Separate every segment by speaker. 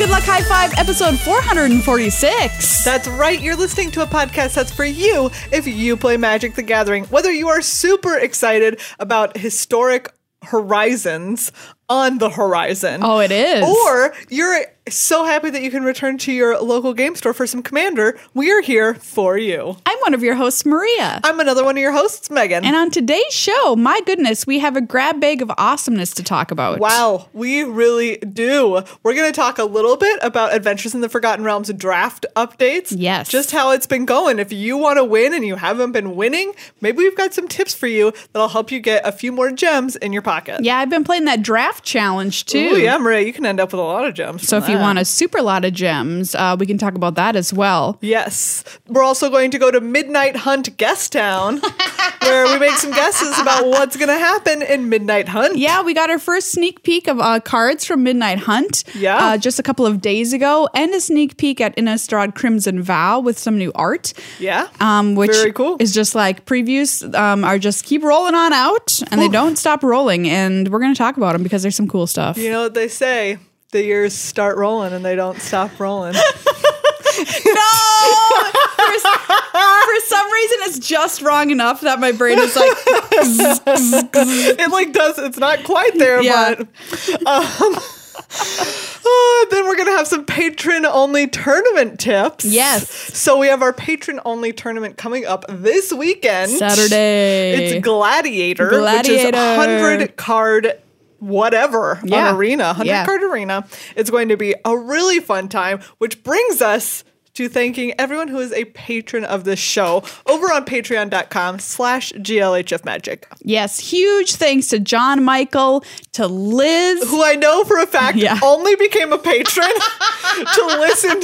Speaker 1: Good Luck High Five, episode 446.
Speaker 2: That's right. You're listening to a podcast that's for you if you play Magic the Gathering. Whether you are super excited about historic horizons on the horizon.
Speaker 1: Oh, it is.
Speaker 2: Or you're so happy that you can return to your local game store for some Commander. We are here for you.
Speaker 1: I'm one of your hosts, Maria.
Speaker 2: I'm another one of your hosts, Megan.
Speaker 1: and on today's show, my goodness, we have a grab bag of awesomeness to talk about.
Speaker 2: Wow, we really do. We're going to talk a little bit about Adventures in the Forgotten Realms draft updates.
Speaker 1: Yes.
Speaker 2: Just how it's been going. If you want to win and you haven't been winning, maybe we've got some tips for you that'll help you get a few more gems in your pocket.
Speaker 1: Yeah, I've been playing that draft challenge too.
Speaker 2: Ooh, yeah, Maria, you can end up with a lot of gems.
Speaker 1: So if you want a super lot of gems, uh, we can talk about that as well.
Speaker 2: Yes. We're also going to go to Midnight Hunt Guest Town, where we make some guesses about what's going to happen in Midnight Hunt.
Speaker 1: Yeah, we got our first sneak peek of uh, cards from Midnight Hunt.
Speaker 2: Yeah.
Speaker 1: uh, just a couple of days ago, and a sneak peek at Innistrad Crimson Vow with some new art.
Speaker 2: Yeah.
Speaker 1: Um, which
Speaker 2: Very cool.
Speaker 1: is just like previews um, are just keep rolling on out, and they don't stop rolling. And we're going to talk about them because there's some cool stuff.
Speaker 2: You know what they say? The years start rolling and they don't stop rolling.
Speaker 1: No, for, s- for some reason it's just wrong enough that my brain is like,
Speaker 2: it like does it's not quite there
Speaker 1: Yeah.
Speaker 2: but um uh, then we're gonna have some patron only tournament tips
Speaker 1: Yes.
Speaker 2: so we have our patron only tournament coming up this weekend
Speaker 1: Saturday.
Speaker 2: it's gladiator, which
Speaker 1: Gladiator.
Speaker 2: is 100 card whatever
Speaker 1: Yeah.
Speaker 2: on arena 100
Speaker 1: Yeah.
Speaker 2: card arena it's going to be a really fun time which brings us to thanking everyone who is a patron of this show over on patreon.com slash glhf magic
Speaker 1: yes, huge thanks to John Michael, to Liz.
Speaker 2: who I know for a fact
Speaker 1: Yeah.
Speaker 2: only became a patron to listen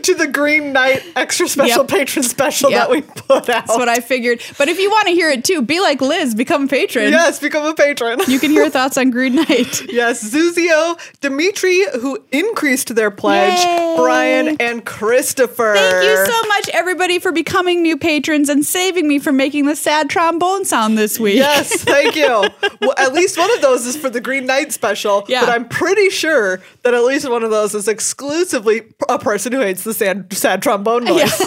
Speaker 2: to the Green Knight extra special
Speaker 1: Yep.
Speaker 2: patron special
Speaker 1: Yep.
Speaker 2: that we put out.
Speaker 1: That's what I figured. But if you want to hear it too, be like Liz, become a patron.
Speaker 2: yes, become a patron.
Speaker 1: You can hear her thoughts on Green Knight.
Speaker 2: Yes, Zuzio, Dimitri, who increased their pledge,
Speaker 1: Yay.
Speaker 2: Brian, and Christopher.
Speaker 1: Thank you so much, everybody, for becoming new patrons and saving me from making the sad trombone sound this week.
Speaker 2: Yes, thank you. well, at least one of those is for the Green Knight special,
Speaker 1: Yeah.
Speaker 2: but I'm pretty sure that at least one of those is exclusively a person who hates the sad, sad trombone noise.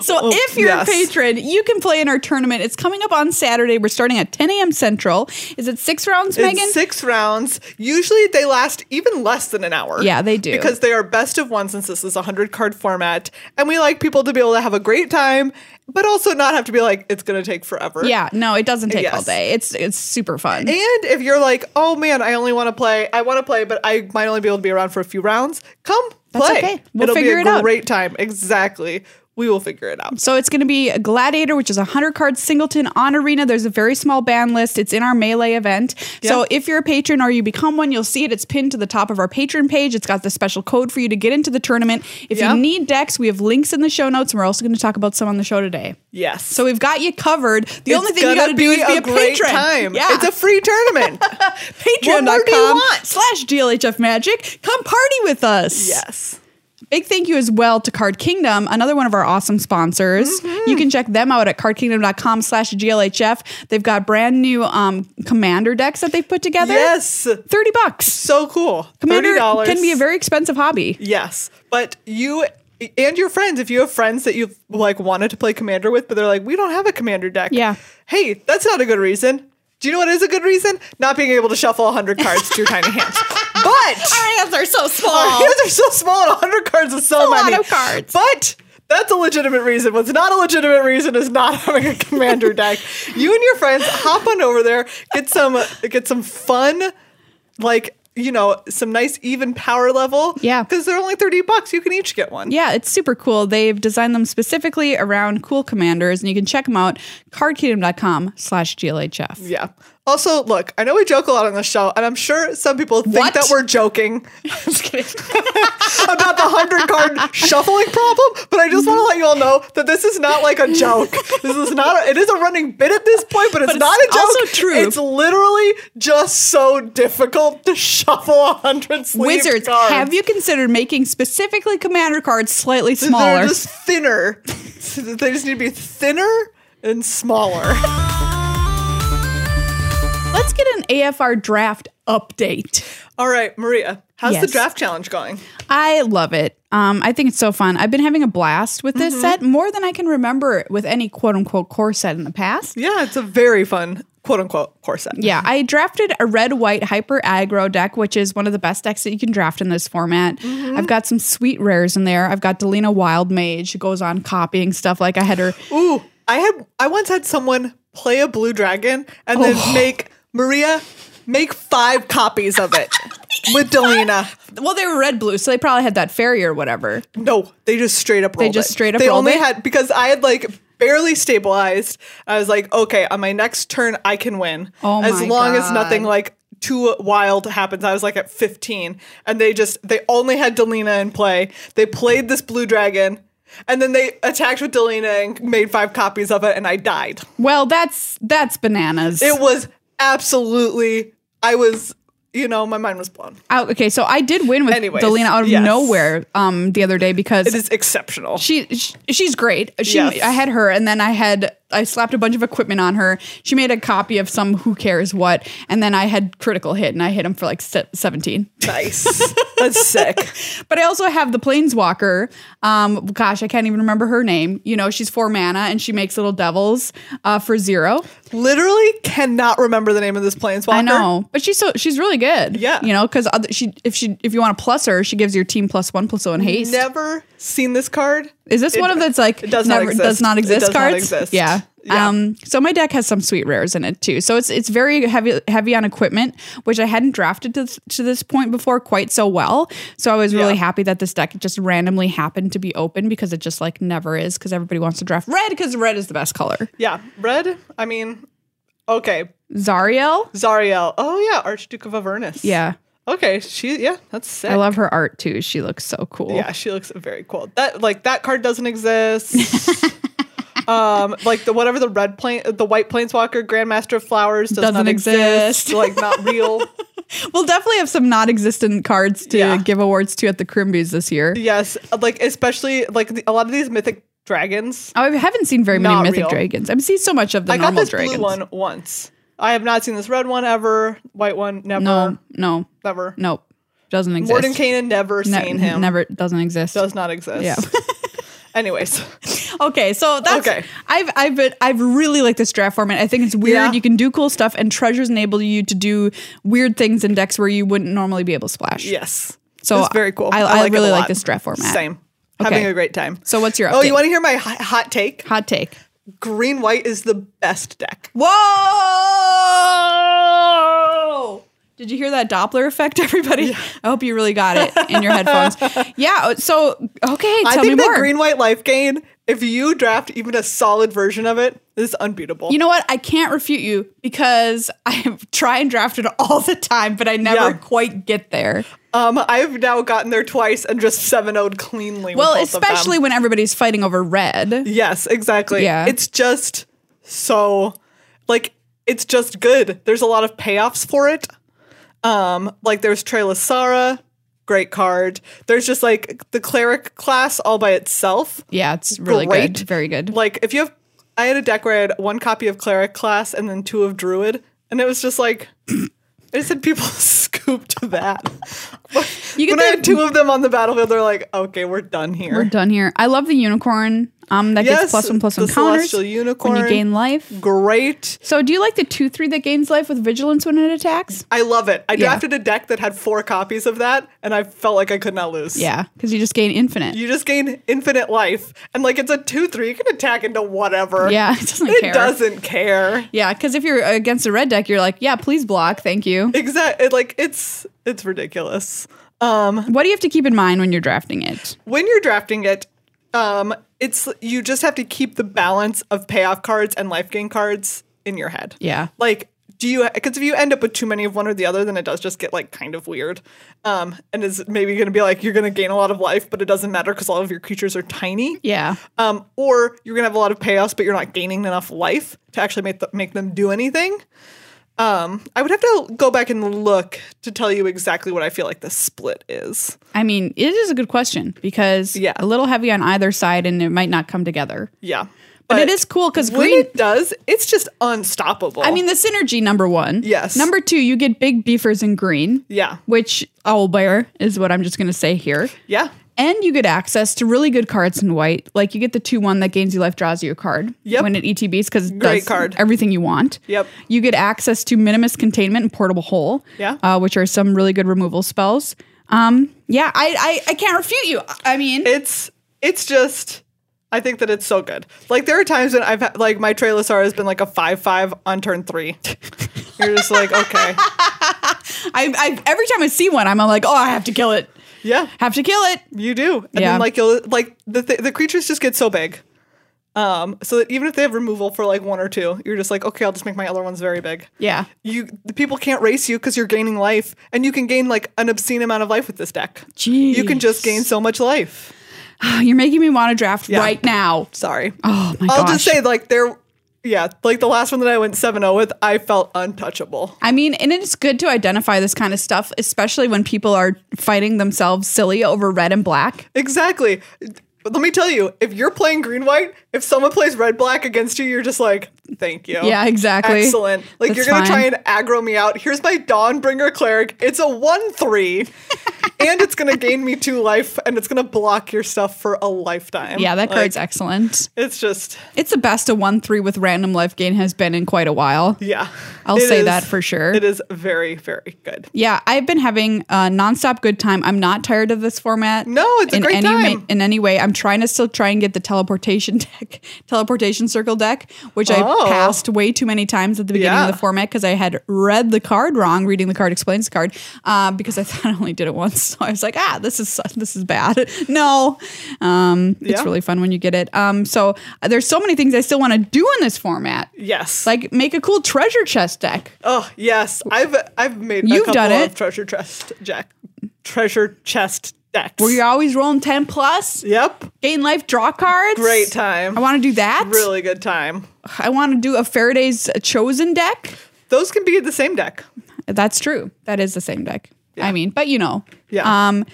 Speaker 1: So if you're
Speaker 2: Oh, yes.
Speaker 1: a patron, you can play in our tournament. It's coming up on Saturday. We're starting at 10 a.m. Central. Is it six rounds,
Speaker 2: It's
Speaker 1: Megan?
Speaker 2: six rounds. Usually they last even less than an hour.
Speaker 1: Yeah, they do.
Speaker 2: Because they are best of one since this is a 100 card format. And we like people to be able to have a great time, but also not have to be like, it's going to take forever.
Speaker 1: Yeah, no, it doesn't take all
Speaker 2: Yes.
Speaker 1: day. It's it's super fun.
Speaker 2: And if you're like, oh man, I only want to play, I want to play, but I might only be able to be around for a few rounds, come
Speaker 1: That's
Speaker 2: play.
Speaker 1: okay. We'll
Speaker 2: It'll
Speaker 1: figure
Speaker 2: be
Speaker 1: it
Speaker 2: a
Speaker 1: out.
Speaker 2: great time. Exactly. We will figure it out.
Speaker 1: So it's going to be a Gladiator, which is a 100 card singleton on Arena. There's a very small ban list. It's in our Melee event. So if you're a patron or you become one, you'll see it. It's pinned to the top of our patron page. It's got the special code for you to get into the tournament. If
Speaker 2: Yeah.
Speaker 1: you need decks, we have links in the show notes, and we're also going to talk about some on the show today.
Speaker 2: Yes.
Speaker 1: So we've got you covered. The only
Speaker 2: It's
Speaker 1: thing you got
Speaker 2: gonna
Speaker 1: to do is be a,
Speaker 2: great
Speaker 1: patron.
Speaker 2: time.
Speaker 1: Yeah.
Speaker 2: It's a free tournament. What more do you
Speaker 1: patreon.com
Speaker 2: want?
Speaker 1: slash glhf magic. Come party with us.
Speaker 2: yes.
Speaker 1: Big thank you as well to Card Kingdom, another one of our awesome sponsors.
Speaker 2: Mm-hmm.
Speaker 1: You can check them out at cardkingdom.com slash GLHF. They've got brand new um, commander decks that they've put together.
Speaker 2: Yes.
Speaker 1: 30 bucks.
Speaker 2: So cool.
Speaker 1: Commander
Speaker 2: $30.
Speaker 1: can be a very expensive hobby.
Speaker 2: Yes, but you and your friends, if you have friends that you've like wanted to play commander with, but they're like, we don't have a commander deck.
Speaker 1: Yeah.
Speaker 2: Hey, that's not a good reason. Do you know what is a good reason? Not being able to shuffle 100 cards to your tiny hands. But
Speaker 1: Our hands are so
Speaker 2: our
Speaker 1: small.
Speaker 2: hands are so small and 100 cards is
Speaker 1: a
Speaker 2: so
Speaker 1: lot
Speaker 2: many.
Speaker 1: of cards.
Speaker 2: But that's a legitimate reason. What's not a legitimate reason is not having a commander deck. You and your friends hop on over there, get some get some fun, like you know, some nice even power level.
Speaker 1: Yeah.
Speaker 2: because they're only thirty bucks. You can each get one.
Speaker 1: Yeah, it's super cool. They've designed them specifically around cool commanders, and you can check them out, cardkingdom.com slash GLHF.
Speaker 2: Yeah. Also, look, I know we joke a lot on the show, and I'm sure some people think
Speaker 1: What?
Speaker 2: that we're joking about the 100 card shuffling problem, but I just want to let you all know that this is not like a joke. This is not, a, it is a running bit at this point, but it's,
Speaker 1: But it's
Speaker 2: not a joke.
Speaker 1: also true.
Speaker 2: It's literally just so difficult to shuffle 100 sleeved
Speaker 1: Wizards,
Speaker 2: cards.
Speaker 1: have you considered making specifically commander cards slightly
Speaker 2: They're
Speaker 1: smaller?
Speaker 2: just thinner. they just need to be thinner and smaller.
Speaker 1: Let's get an AFR draft update.
Speaker 2: All right, Maria, How's the
Speaker 1: Yes.
Speaker 2: draft challenge going?
Speaker 1: I love it. Um, I think it's so fun. I've been having a blast with
Speaker 2: Mm-hmm.
Speaker 1: this set more than I can remember with any quote unquote core set in the past.
Speaker 2: Yeah, it's a very fun quote unquote core set.
Speaker 1: Yeah, I drafted a red white hyper aggro deck, which is one of the best decks that you can draft in this format.
Speaker 2: Mm-hmm.
Speaker 1: I've got some sweet rares in there. I've got Delina Wild Mage, who goes on copying stuff like I had her.
Speaker 2: Ooh, I had I once had someone play a blue dragon and
Speaker 1: Oh.
Speaker 2: then make Maria make five copies of it with Delina.
Speaker 1: Well, they were red blue, so they probably had that fairy or whatever.
Speaker 2: No, they just straight up rolled
Speaker 1: just
Speaker 2: it.
Speaker 1: straight up
Speaker 2: They
Speaker 1: rolled
Speaker 2: only
Speaker 1: it?
Speaker 2: had because I had like barely stabilized. I was like, okay, on my next turn I can win.
Speaker 1: Oh
Speaker 2: as
Speaker 1: my
Speaker 2: long as
Speaker 1: God.
Speaker 2: nothing like too wild happens. I was like at 15 and they just they only had Delina in play. They played this blue dragon and then they attacked with Delina and made five copies of it and I died.
Speaker 1: Well, that's that's bananas.
Speaker 2: It was absolutely I was you know, my mind was blown.
Speaker 1: Out- okay, so I did win with
Speaker 2: Anyways,
Speaker 1: Delina out of
Speaker 2: yes.
Speaker 1: nowhere um, the other day because
Speaker 2: It is exceptional.
Speaker 1: she, sh she's great. She
Speaker 2: Yes.
Speaker 1: I had her and then I had I slapped a bunch of equipment on her. She made a copy of some who cares what and then I had critical hit and I hit him for like se- 17.
Speaker 2: Nice. That's sick.
Speaker 1: But I also have the planeswalker. Um gosh, I can't even remember her name. You know, she's 4 mana and she makes little devils uh for 0.
Speaker 2: literally cannot remember the name of this planeswalker.
Speaker 1: I know, but she's so she's really good.
Speaker 2: Yeah.
Speaker 1: you know, because she if she if you want to plus her, she gives your team plus one plus one haste.
Speaker 2: Never seen this card.
Speaker 1: Is this
Speaker 2: It-
Speaker 1: one of that's like
Speaker 2: it does not exist.
Speaker 1: does not
Speaker 2: It
Speaker 1: exist
Speaker 2: does not
Speaker 1: cards?
Speaker 2: exist.
Speaker 1: Yeah.
Speaker 2: Yeah.
Speaker 1: Um. So my deck has some sweet rares in it too. So it's it's very heavy heavy on equipment, which I hadn't drafted to, th- to this point before quite so well. So I was really
Speaker 2: Yeah.
Speaker 1: happy that this deck just randomly happened to be open because it just like never is because everybody wants to draft red because red is the best color.
Speaker 2: Yeah, red. I mean, okay,
Speaker 1: Zariel.
Speaker 2: Zariel. Oh yeah, Archduke of Avernus.
Speaker 1: Yeah,
Speaker 2: Okay, she. Yeah, that's sick.
Speaker 1: I love her art too. She looks so cool.
Speaker 2: Yeah, she looks very cool. That like that card doesn't exist. um, like the whatever the red plane, the white planeswalker, Grandmaster of Flowers does
Speaker 1: Doesn't
Speaker 2: not exist.
Speaker 1: exist.
Speaker 2: like not real.
Speaker 1: We'll definitely have some non-existent cards to
Speaker 2: Yeah.
Speaker 1: give awards to at the Crimbies this year.
Speaker 2: yes, like especially like the, a lot of these mythic dragons.
Speaker 1: Oh, I haven't seen very many
Speaker 2: Not
Speaker 1: mythic
Speaker 2: real.
Speaker 1: dragons. I've seen so much of the
Speaker 2: I got
Speaker 1: normal
Speaker 2: this
Speaker 1: dragons.
Speaker 2: blue one once. I have not seen this red one ever. White one never.
Speaker 1: No, no,
Speaker 2: Never.
Speaker 1: nope. Doesn't exist.
Speaker 2: Um, Morden Kanan never
Speaker 1: Ne-
Speaker 2: seen him.
Speaker 1: Never doesn't exist.
Speaker 2: Does not exist.
Speaker 1: Yeah.
Speaker 2: Anyways,
Speaker 1: okay, so that's
Speaker 2: Okay.
Speaker 1: I've I've been, I've really liked this draft format. I think it's weird.
Speaker 2: Yeah.
Speaker 1: You can do cool stuff, and treasures enable you to do weird things in decks where you wouldn't normally be able to splash.
Speaker 2: yes.
Speaker 1: So
Speaker 2: it's very cool.
Speaker 1: I, I,
Speaker 2: like it a
Speaker 1: really like
Speaker 2: lot.
Speaker 1: this draft format.
Speaker 2: Same.
Speaker 1: Okay.
Speaker 2: Having a great time.
Speaker 1: So what's your
Speaker 2: Oh, you
Speaker 1: update?
Speaker 2: want to hear my hot, hot take?
Speaker 1: Hot take.
Speaker 2: Green white is the best deck.
Speaker 1: Whoa! Did you hear that Doppler effect, everybody? I hope you really got it in your headphones. Yeah. uh, So okay, tell
Speaker 2: I think
Speaker 1: me
Speaker 2: that
Speaker 1: more.
Speaker 2: green white life gain. If you draft even a solid version of it, is unbeatable.
Speaker 1: you know what? I can't refute you because I try and draft it all the time, but I never
Speaker 2: Yeah.
Speaker 1: quite get there.
Speaker 2: um, I've now gotten there twice and just seven would cleanly. with
Speaker 1: Well,
Speaker 2: both of them.
Speaker 1: especially when everybody's fighting over red.
Speaker 2: Yes, exactly.
Speaker 1: Yeah.
Speaker 2: It's just so like it's just good. There's a lot of payoffs for it. Um, like there's Trailer Sara, great card. There's just like the cleric class all by itself.
Speaker 1: Yeah, it's really
Speaker 2: Great.
Speaker 1: good. Very good.
Speaker 2: Like if you have I had a deck where I had one copy of cleric class and then two of druid, and it was just like I just had people scooped that.
Speaker 1: You get
Speaker 2: when I had
Speaker 1: the-
Speaker 2: two of them on the battlefield, they're like, okay, we're done here.
Speaker 1: We're done here. I love the unicorn. Um, that
Speaker 2: Yes,
Speaker 1: gets plus one plus one
Speaker 2: the
Speaker 1: counters
Speaker 2: celestial
Speaker 1: when
Speaker 2: unicorn.
Speaker 1: you gain life.
Speaker 2: Great.
Speaker 1: So, do you like the two three that gains life with vigilance when it attacks?
Speaker 2: I love it. I
Speaker 1: Yeah.
Speaker 2: drafted a deck that had four copies of that, and I felt like I could not lose.
Speaker 1: Yeah, because you just gain infinite.
Speaker 2: You just gain infinite life, and like it's a two three. You can attack into whatever.
Speaker 1: yeah, it doesn't
Speaker 2: it
Speaker 1: care.
Speaker 2: doesn't care.
Speaker 1: Yeah, because if you're against a red deck, you're like, yeah, please block, thank you.
Speaker 2: Exactly. Like it's it's ridiculous.
Speaker 1: What do you have to keep in mind when you're drafting it?
Speaker 2: When you're drafting it, um, it's you just have to keep the balance of payoff cards and life gain cards in your head.
Speaker 1: Yeah.
Speaker 2: Like, do you? Because if you end up with too many of one or the other, then it does just get like kind of weird. Um, and is maybe going to be like you're going to gain a lot of life, but it doesn't matter because all of your creatures are tiny.
Speaker 1: Yeah,
Speaker 2: Um, or you're gonna have a lot of payoffs, but you're not gaining enough life to actually make th- make them do anything. Um, I would have to go back and look to tell you exactly what I feel like the split is.
Speaker 1: I mean, it is a good question because
Speaker 2: Yeah.
Speaker 1: a little heavy on either side, and it might not come together.
Speaker 2: Yeah,
Speaker 1: But it is cool because
Speaker 2: when
Speaker 1: green.
Speaker 2: it does, it's just unstoppable.
Speaker 1: I mean, the synergy number one.
Speaker 2: Yes.
Speaker 1: Number two, you get big beefers in green.
Speaker 2: Yeah.
Speaker 1: Which owl bear is what I'm just going to say here.
Speaker 2: yeah,
Speaker 1: And you get access to really good cards in white. Like you get the two one that gains you life, draws you a card.
Speaker 2: Yep.
Speaker 1: When it E ETBs because it
Speaker 2: Great
Speaker 1: does
Speaker 2: card.
Speaker 1: everything you want.
Speaker 2: Yep.
Speaker 1: You get access to minimus containment and portable hole.
Speaker 2: Yeah.
Speaker 1: Uh, which are some really good removal spells. Um, yeah, I, I I can't refute you. I mean,
Speaker 2: it's it's just. I think that it's so good. Like there are times when I've had, like my Trailosaur has been like a five five on turn three. You're just like okay,
Speaker 1: I, I every time I see one, I'm like, oh, I have to kill it.
Speaker 2: yeah,
Speaker 1: Have to kill it.
Speaker 2: you do. And
Speaker 1: Yeah.
Speaker 2: then like you'll like the th- the creatures just get so big. Um, so that even if they have removal for like one or two, you're just like, okay, I'll just make my other ones very big.
Speaker 1: Yeah.
Speaker 2: you the people can't race you because you're gaining life, and you can gain like an obscene amount of life with this deck.
Speaker 1: Jeez.
Speaker 2: You can just gain so much life.
Speaker 1: Oh, You're making me want to draft right now.
Speaker 2: Sorry.
Speaker 1: Oh my gosh.
Speaker 2: I'll just say like there, yeah, like the last one that I went 7-0 with, I felt untouchable.
Speaker 1: I mean, and it's good to identify this kind of stuff, especially when people are fighting themselves silly over red and black.
Speaker 2: Exactly. But let me tell you, if you're playing green white, if someone plays red black against you, you're just like, thank you.
Speaker 1: Yeah, exactly.
Speaker 2: Oh, Excellent. Like you're gonna
Speaker 1: That's
Speaker 2: try and aggro me out. Here's my Dawnbringer cleric. It's a one three, and it's gonna gain me two life, and it's gonna block your stuff for a lifetime.
Speaker 1: Yeah, that
Speaker 2: Like,
Speaker 1: card's excellent.
Speaker 2: It's just,
Speaker 1: It's the best a 1 3 with random life gain has been in quite a while.
Speaker 2: yeah.
Speaker 1: I'll
Speaker 2: It
Speaker 1: say
Speaker 2: is-
Speaker 1: that for sure.
Speaker 2: It is very, very good.
Speaker 1: Yeah, I've been having a nonstop good time. I'm not tired of this format.
Speaker 2: No, it's a
Speaker 1: in
Speaker 2: great
Speaker 1: any
Speaker 2: time.
Speaker 1: ma- in any way, I'm trying to still try and get the teleportation deck, teleportation circle deck, which
Speaker 2: Oh.
Speaker 1: I passed way too many times at the beginning
Speaker 2: Yeah.
Speaker 1: of the format because I had read the card wrong. Reading the card explains the card uh, because I thought I only did it once. So I was like, ah, this is this is bad. no, um, it's
Speaker 2: Yeah.
Speaker 1: really fun when you get it. Um, so uh, there's so many things I still want to do in this format,
Speaker 2: Yes.
Speaker 1: like make a cool treasure chest deck.
Speaker 2: oh yes, I've I've made
Speaker 1: You've
Speaker 2: a couple
Speaker 1: done it.
Speaker 2: of treasure chest jack, treasure chest decks.
Speaker 1: Where you're always rolling ten plus.
Speaker 2: yep.
Speaker 1: Gain life draw cards.
Speaker 2: Great time.
Speaker 1: I want to do that.
Speaker 2: Really good time.
Speaker 1: I want to do a Faraday's uh, chosen deck.
Speaker 2: Those can be the same deck.
Speaker 1: That's true. That is the same deck. I mean, but you know.
Speaker 2: Yeah.
Speaker 1: Um,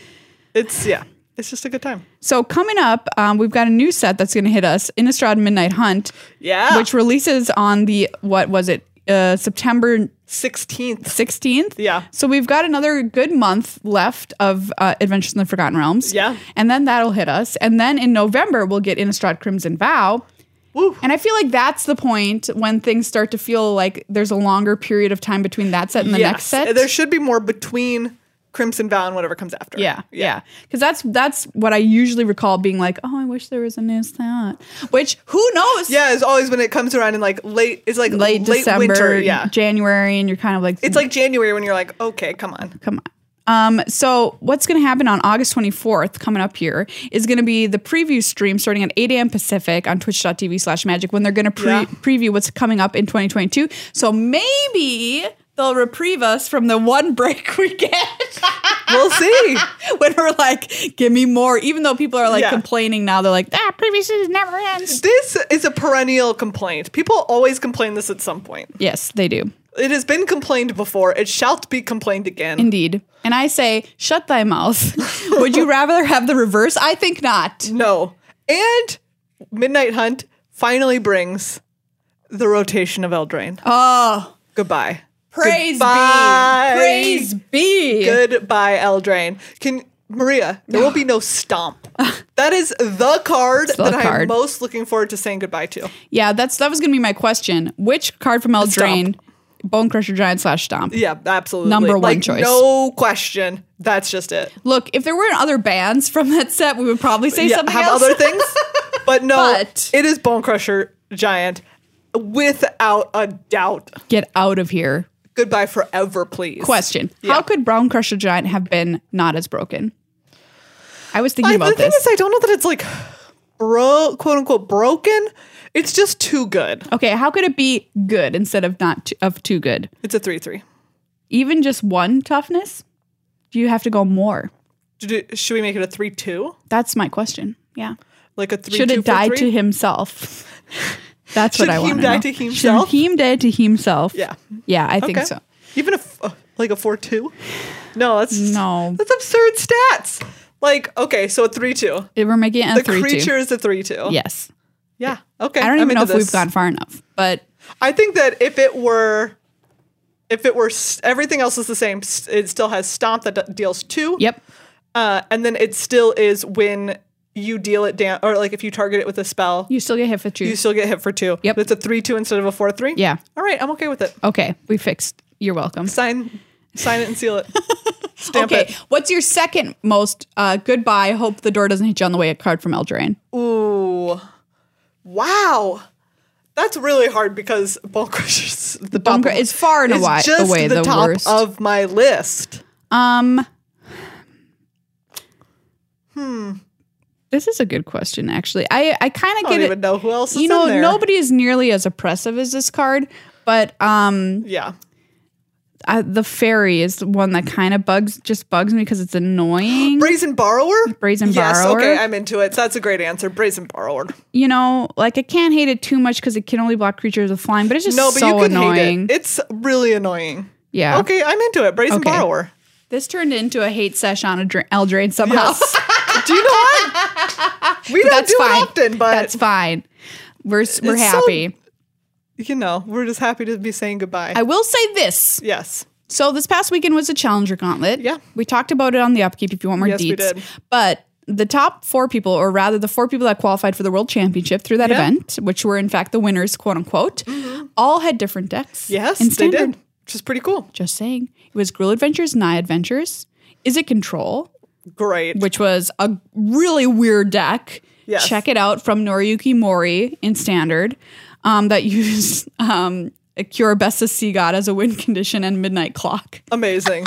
Speaker 2: It's yeah. It's just a good time.
Speaker 1: so coming up, um, we've got a new set that's going to hit us, Innistrad Midnight Hunt.
Speaker 2: Yeah.
Speaker 1: Which releases on the what was it? Uh, September
Speaker 2: Sixteenth.
Speaker 1: 16th.
Speaker 2: Yeah.
Speaker 1: So we've got another good month left of uh, Adventures in the Forgotten Realms.
Speaker 2: Yeah.
Speaker 1: And then that'll hit us. And then in November, we'll get Innistrad Crimson Vow.
Speaker 2: Woo.
Speaker 1: And I feel like that's the point when things start to feel like there's a longer period of time between that set and the next set.
Speaker 2: There should be more between Crimson Vow and whatever comes after.
Speaker 1: yeah, yeah, because that's that's what I usually recall being like. Oh, I wish there was a new set. Which who knows?
Speaker 2: Yeah, it's always when it comes around in like late it's like
Speaker 1: late,
Speaker 2: late,
Speaker 1: December,
Speaker 2: winter. Yeah.
Speaker 1: January, and you're kind of like
Speaker 2: It's like January when you're like, okay, come on.
Speaker 1: Come on. Um, so what's going to happen on August 24th, coming up here, is going to be the preview stream starting at 8 a.m. Pacific on twitch.tv slash magic when they're going to pre-
Speaker 2: Yeah.
Speaker 1: preview what's coming up in 2022. So maybe they'll reprieve us from the one break we get
Speaker 2: We'll see.
Speaker 1: when we're like, give me more. Even though people are like
Speaker 2: Yeah.
Speaker 1: complaining now, they're like, that preview season never ends.
Speaker 2: This is a perennial complaint. People always complain this at some point.
Speaker 1: Yes, they do.
Speaker 2: It has been complained before. It shall be complained again.
Speaker 1: Indeed. And I say, shut thy mouth. Would you rather have the reverse? I think not.
Speaker 2: No. And Midnight Hunt finally brings the rotation of Eldraine.
Speaker 1: Oh.
Speaker 2: Goodbye.
Speaker 1: Praise
Speaker 2: Goodbye.
Speaker 1: be. Praise be.
Speaker 2: Goodbye, Eldraine. Can Maria, there will be no stomp. That is the card
Speaker 1: the
Speaker 2: that
Speaker 1: card.
Speaker 2: I'm most looking forward to saying goodbye to.
Speaker 1: Yeah, that's that was gonna be my question. Which card from Eldraine? Bone Crusher Giant slash Stomp.
Speaker 2: Yeah, absolutely.
Speaker 1: Number one
Speaker 2: Like,
Speaker 1: choice.
Speaker 2: No question. That's just it.
Speaker 1: Look, if there weren't other bands from that set, we would probably say
Speaker 2: Yeah,
Speaker 1: something
Speaker 2: have
Speaker 1: else.
Speaker 2: other things, but no,
Speaker 1: But-
Speaker 2: it is Bone Crusher Giant without a doubt.
Speaker 1: Get out of here.
Speaker 2: Goodbye forever, please.
Speaker 1: Question:
Speaker 2: Yeah.
Speaker 1: How could Brown Crusher Giant have been not as broken? I was thinking
Speaker 2: I, the
Speaker 1: about
Speaker 2: thing
Speaker 1: this.
Speaker 2: is, I don't know that it's like bro, quote unquote, broken. It's just too good.
Speaker 1: okay, how could it be good instead of not t- of too good?
Speaker 2: It's a three three.
Speaker 1: Even just one toughness? Do you have to go more?
Speaker 2: Should we make it a three two?
Speaker 1: That's my question. Yeah.
Speaker 2: Like a three
Speaker 1: should
Speaker 2: two
Speaker 1: have
Speaker 2: for
Speaker 1: died
Speaker 2: three?
Speaker 1: to himself. That's
Speaker 2: Should
Speaker 1: what I
Speaker 2: him
Speaker 1: want to
Speaker 2: die
Speaker 1: know.
Speaker 2: to himself?
Speaker 1: Should him die to himself?
Speaker 2: Yeah.
Speaker 1: Yeah, I think
Speaker 2: Okay.
Speaker 1: so.
Speaker 2: Even if uh, like a four two? No, that's
Speaker 1: No.
Speaker 2: That's absurd stats. Like okay, so a three two.
Speaker 1: If We're making it a
Speaker 2: The
Speaker 1: three
Speaker 2: creature
Speaker 1: two.
Speaker 2: is a three two.
Speaker 1: Yes.
Speaker 2: Yeah. Okay.
Speaker 1: I don't
Speaker 2: I'm
Speaker 1: even know if
Speaker 2: into
Speaker 1: we've
Speaker 2: this.
Speaker 1: gone far enough, but
Speaker 2: I think that if it were, if it were s- everything else is the same, s- it still has stomp that d- deals two.
Speaker 1: yep.
Speaker 2: Uh, and then it still is when you deal it down, or like if you target it with a spell,
Speaker 1: You still get hit for two.
Speaker 2: you still get hit for two.
Speaker 1: Yep.
Speaker 2: It's a three two instead of a four three.
Speaker 1: Yeah.
Speaker 2: All right, I'm okay with it.
Speaker 1: okay, we fixed. You're welcome.
Speaker 2: Sign, sign it and seal it. Stamp
Speaker 1: Okay,
Speaker 2: it.
Speaker 1: what's your second most uh, goodbye? Hope the door doesn't hit you on the way. A card from Eldraine.
Speaker 2: Ooh, wow. That's really hard because Bone Crusher's the top.
Speaker 1: Bunker
Speaker 2: of-
Speaker 1: is far and
Speaker 2: is
Speaker 1: away
Speaker 2: just
Speaker 1: away
Speaker 2: the,
Speaker 1: the,
Speaker 2: top
Speaker 1: worst.
Speaker 2: of my list.
Speaker 1: um. Hmm. This is a good question, actually. I I kind of
Speaker 2: Hmm. I don't
Speaker 1: get
Speaker 2: even
Speaker 1: it.
Speaker 2: know who else. Is
Speaker 1: You know,
Speaker 2: in there.
Speaker 1: nobody is nearly as oppressive as this card, but um,
Speaker 2: Yeah.
Speaker 1: I, the fairy is the one that kind of bugs just bugs me because it's annoying.
Speaker 2: Brazen borrower?
Speaker 1: Brazen
Speaker 2: yes,
Speaker 1: borrower.
Speaker 2: okay, I'm into it. That's a great answer. Brazen borrower.
Speaker 1: you know, like I can't hate it too much because it can only block creatures with flying, but it's just
Speaker 2: No, but
Speaker 1: so
Speaker 2: you can
Speaker 1: annoying.
Speaker 2: hate it. It's really annoying.
Speaker 1: yeah.
Speaker 2: Okay, I'm into it. Brazen
Speaker 1: Okay.
Speaker 2: borrower.
Speaker 1: This turned into a hate sesh on Adra- Eldraine somehow.
Speaker 2: Do you know what? We don't
Speaker 1: That's
Speaker 2: do
Speaker 1: fine.
Speaker 2: it often, but
Speaker 1: That's fine. We're s- we're
Speaker 2: It's so-
Speaker 1: happy.
Speaker 2: you know, we're just happy to be saying goodbye.
Speaker 1: I will say this.
Speaker 2: yes.
Speaker 1: So this past weekend was a challenger gauntlet.
Speaker 2: Yeah.
Speaker 1: We talked about it on the upkeep if you want more
Speaker 2: Yes,
Speaker 1: deets.
Speaker 2: we did.
Speaker 1: But the top four people, or rather the four people that qualified for the world championship through that
Speaker 2: Yeah. Mm-hmm.
Speaker 1: event, which were in fact the winners, quote unquote, all had different decks.
Speaker 2: Yes,
Speaker 1: in
Speaker 2: they
Speaker 1: standard.
Speaker 2: did. Which is pretty cool.
Speaker 1: Just saying. It was Gruel Adventures, Nye Adventures. Is it Control?
Speaker 2: Great.
Speaker 1: which was a really weird deck.
Speaker 2: Yes.
Speaker 1: Check it out from Noriyuki Mori in standard um, that used um, a Cure Best of Sea God as a win condition and Midnight Clock.
Speaker 2: Amazing.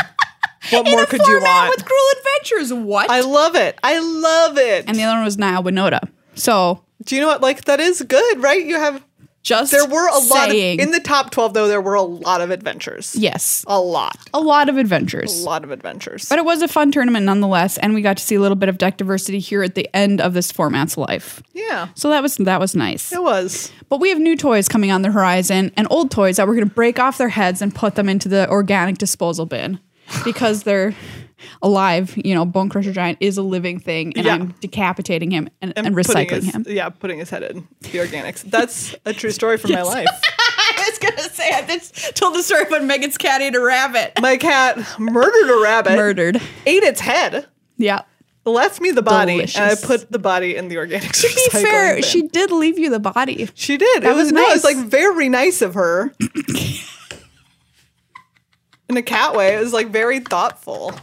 Speaker 2: what more could you
Speaker 1: Format
Speaker 2: want?
Speaker 1: with Cruel Adventures. What?
Speaker 2: I love it. I love it.
Speaker 1: and the other one was Naya Winota. So
Speaker 2: do you know what? Like that is good, right? You have
Speaker 1: just
Speaker 2: there were a lot of,
Speaker 1: saying,
Speaker 2: in the top 12 though there were a lot of adventures.
Speaker 1: yes,
Speaker 2: A lot.
Speaker 1: a lot of
Speaker 2: A
Speaker 1: adventures.
Speaker 2: lot of adventures.
Speaker 1: But it was a fun tournament nonetheless, and we got to see a little bit of deck diversity here at the end of this format's life.
Speaker 2: yeah.
Speaker 1: So that was that was nice.
Speaker 2: It was.
Speaker 1: But we have new toys coming on the horizon and old toys that we're going to break off their heads and put them into the organic disposal bin because they're alive. You know, Bone Crusher Giant is a living thing and
Speaker 2: Yeah.
Speaker 1: I'm decapitating him and, and,
Speaker 2: putting
Speaker 1: recycling
Speaker 2: his-
Speaker 1: him.
Speaker 2: Yeah, putting his head in the organics. That's a true story from my life.
Speaker 1: I was going to say, I just told the story about Megan's cat ate a rabbit.
Speaker 2: My cat murdered a rabbit,
Speaker 1: Murdered.
Speaker 2: ate its head,
Speaker 1: Yeah.
Speaker 2: left me the body, and I
Speaker 1: Delicious.
Speaker 2: put the body in the organics.
Speaker 1: To be fair, she did leave you the body.
Speaker 2: she did. It
Speaker 1: That
Speaker 2: was,
Speaker 1: was
Speaker 2: no, it was
Speaker 1: nice.
Speaker 2: like very nice of her. in a cat way, it was like very thoughtful.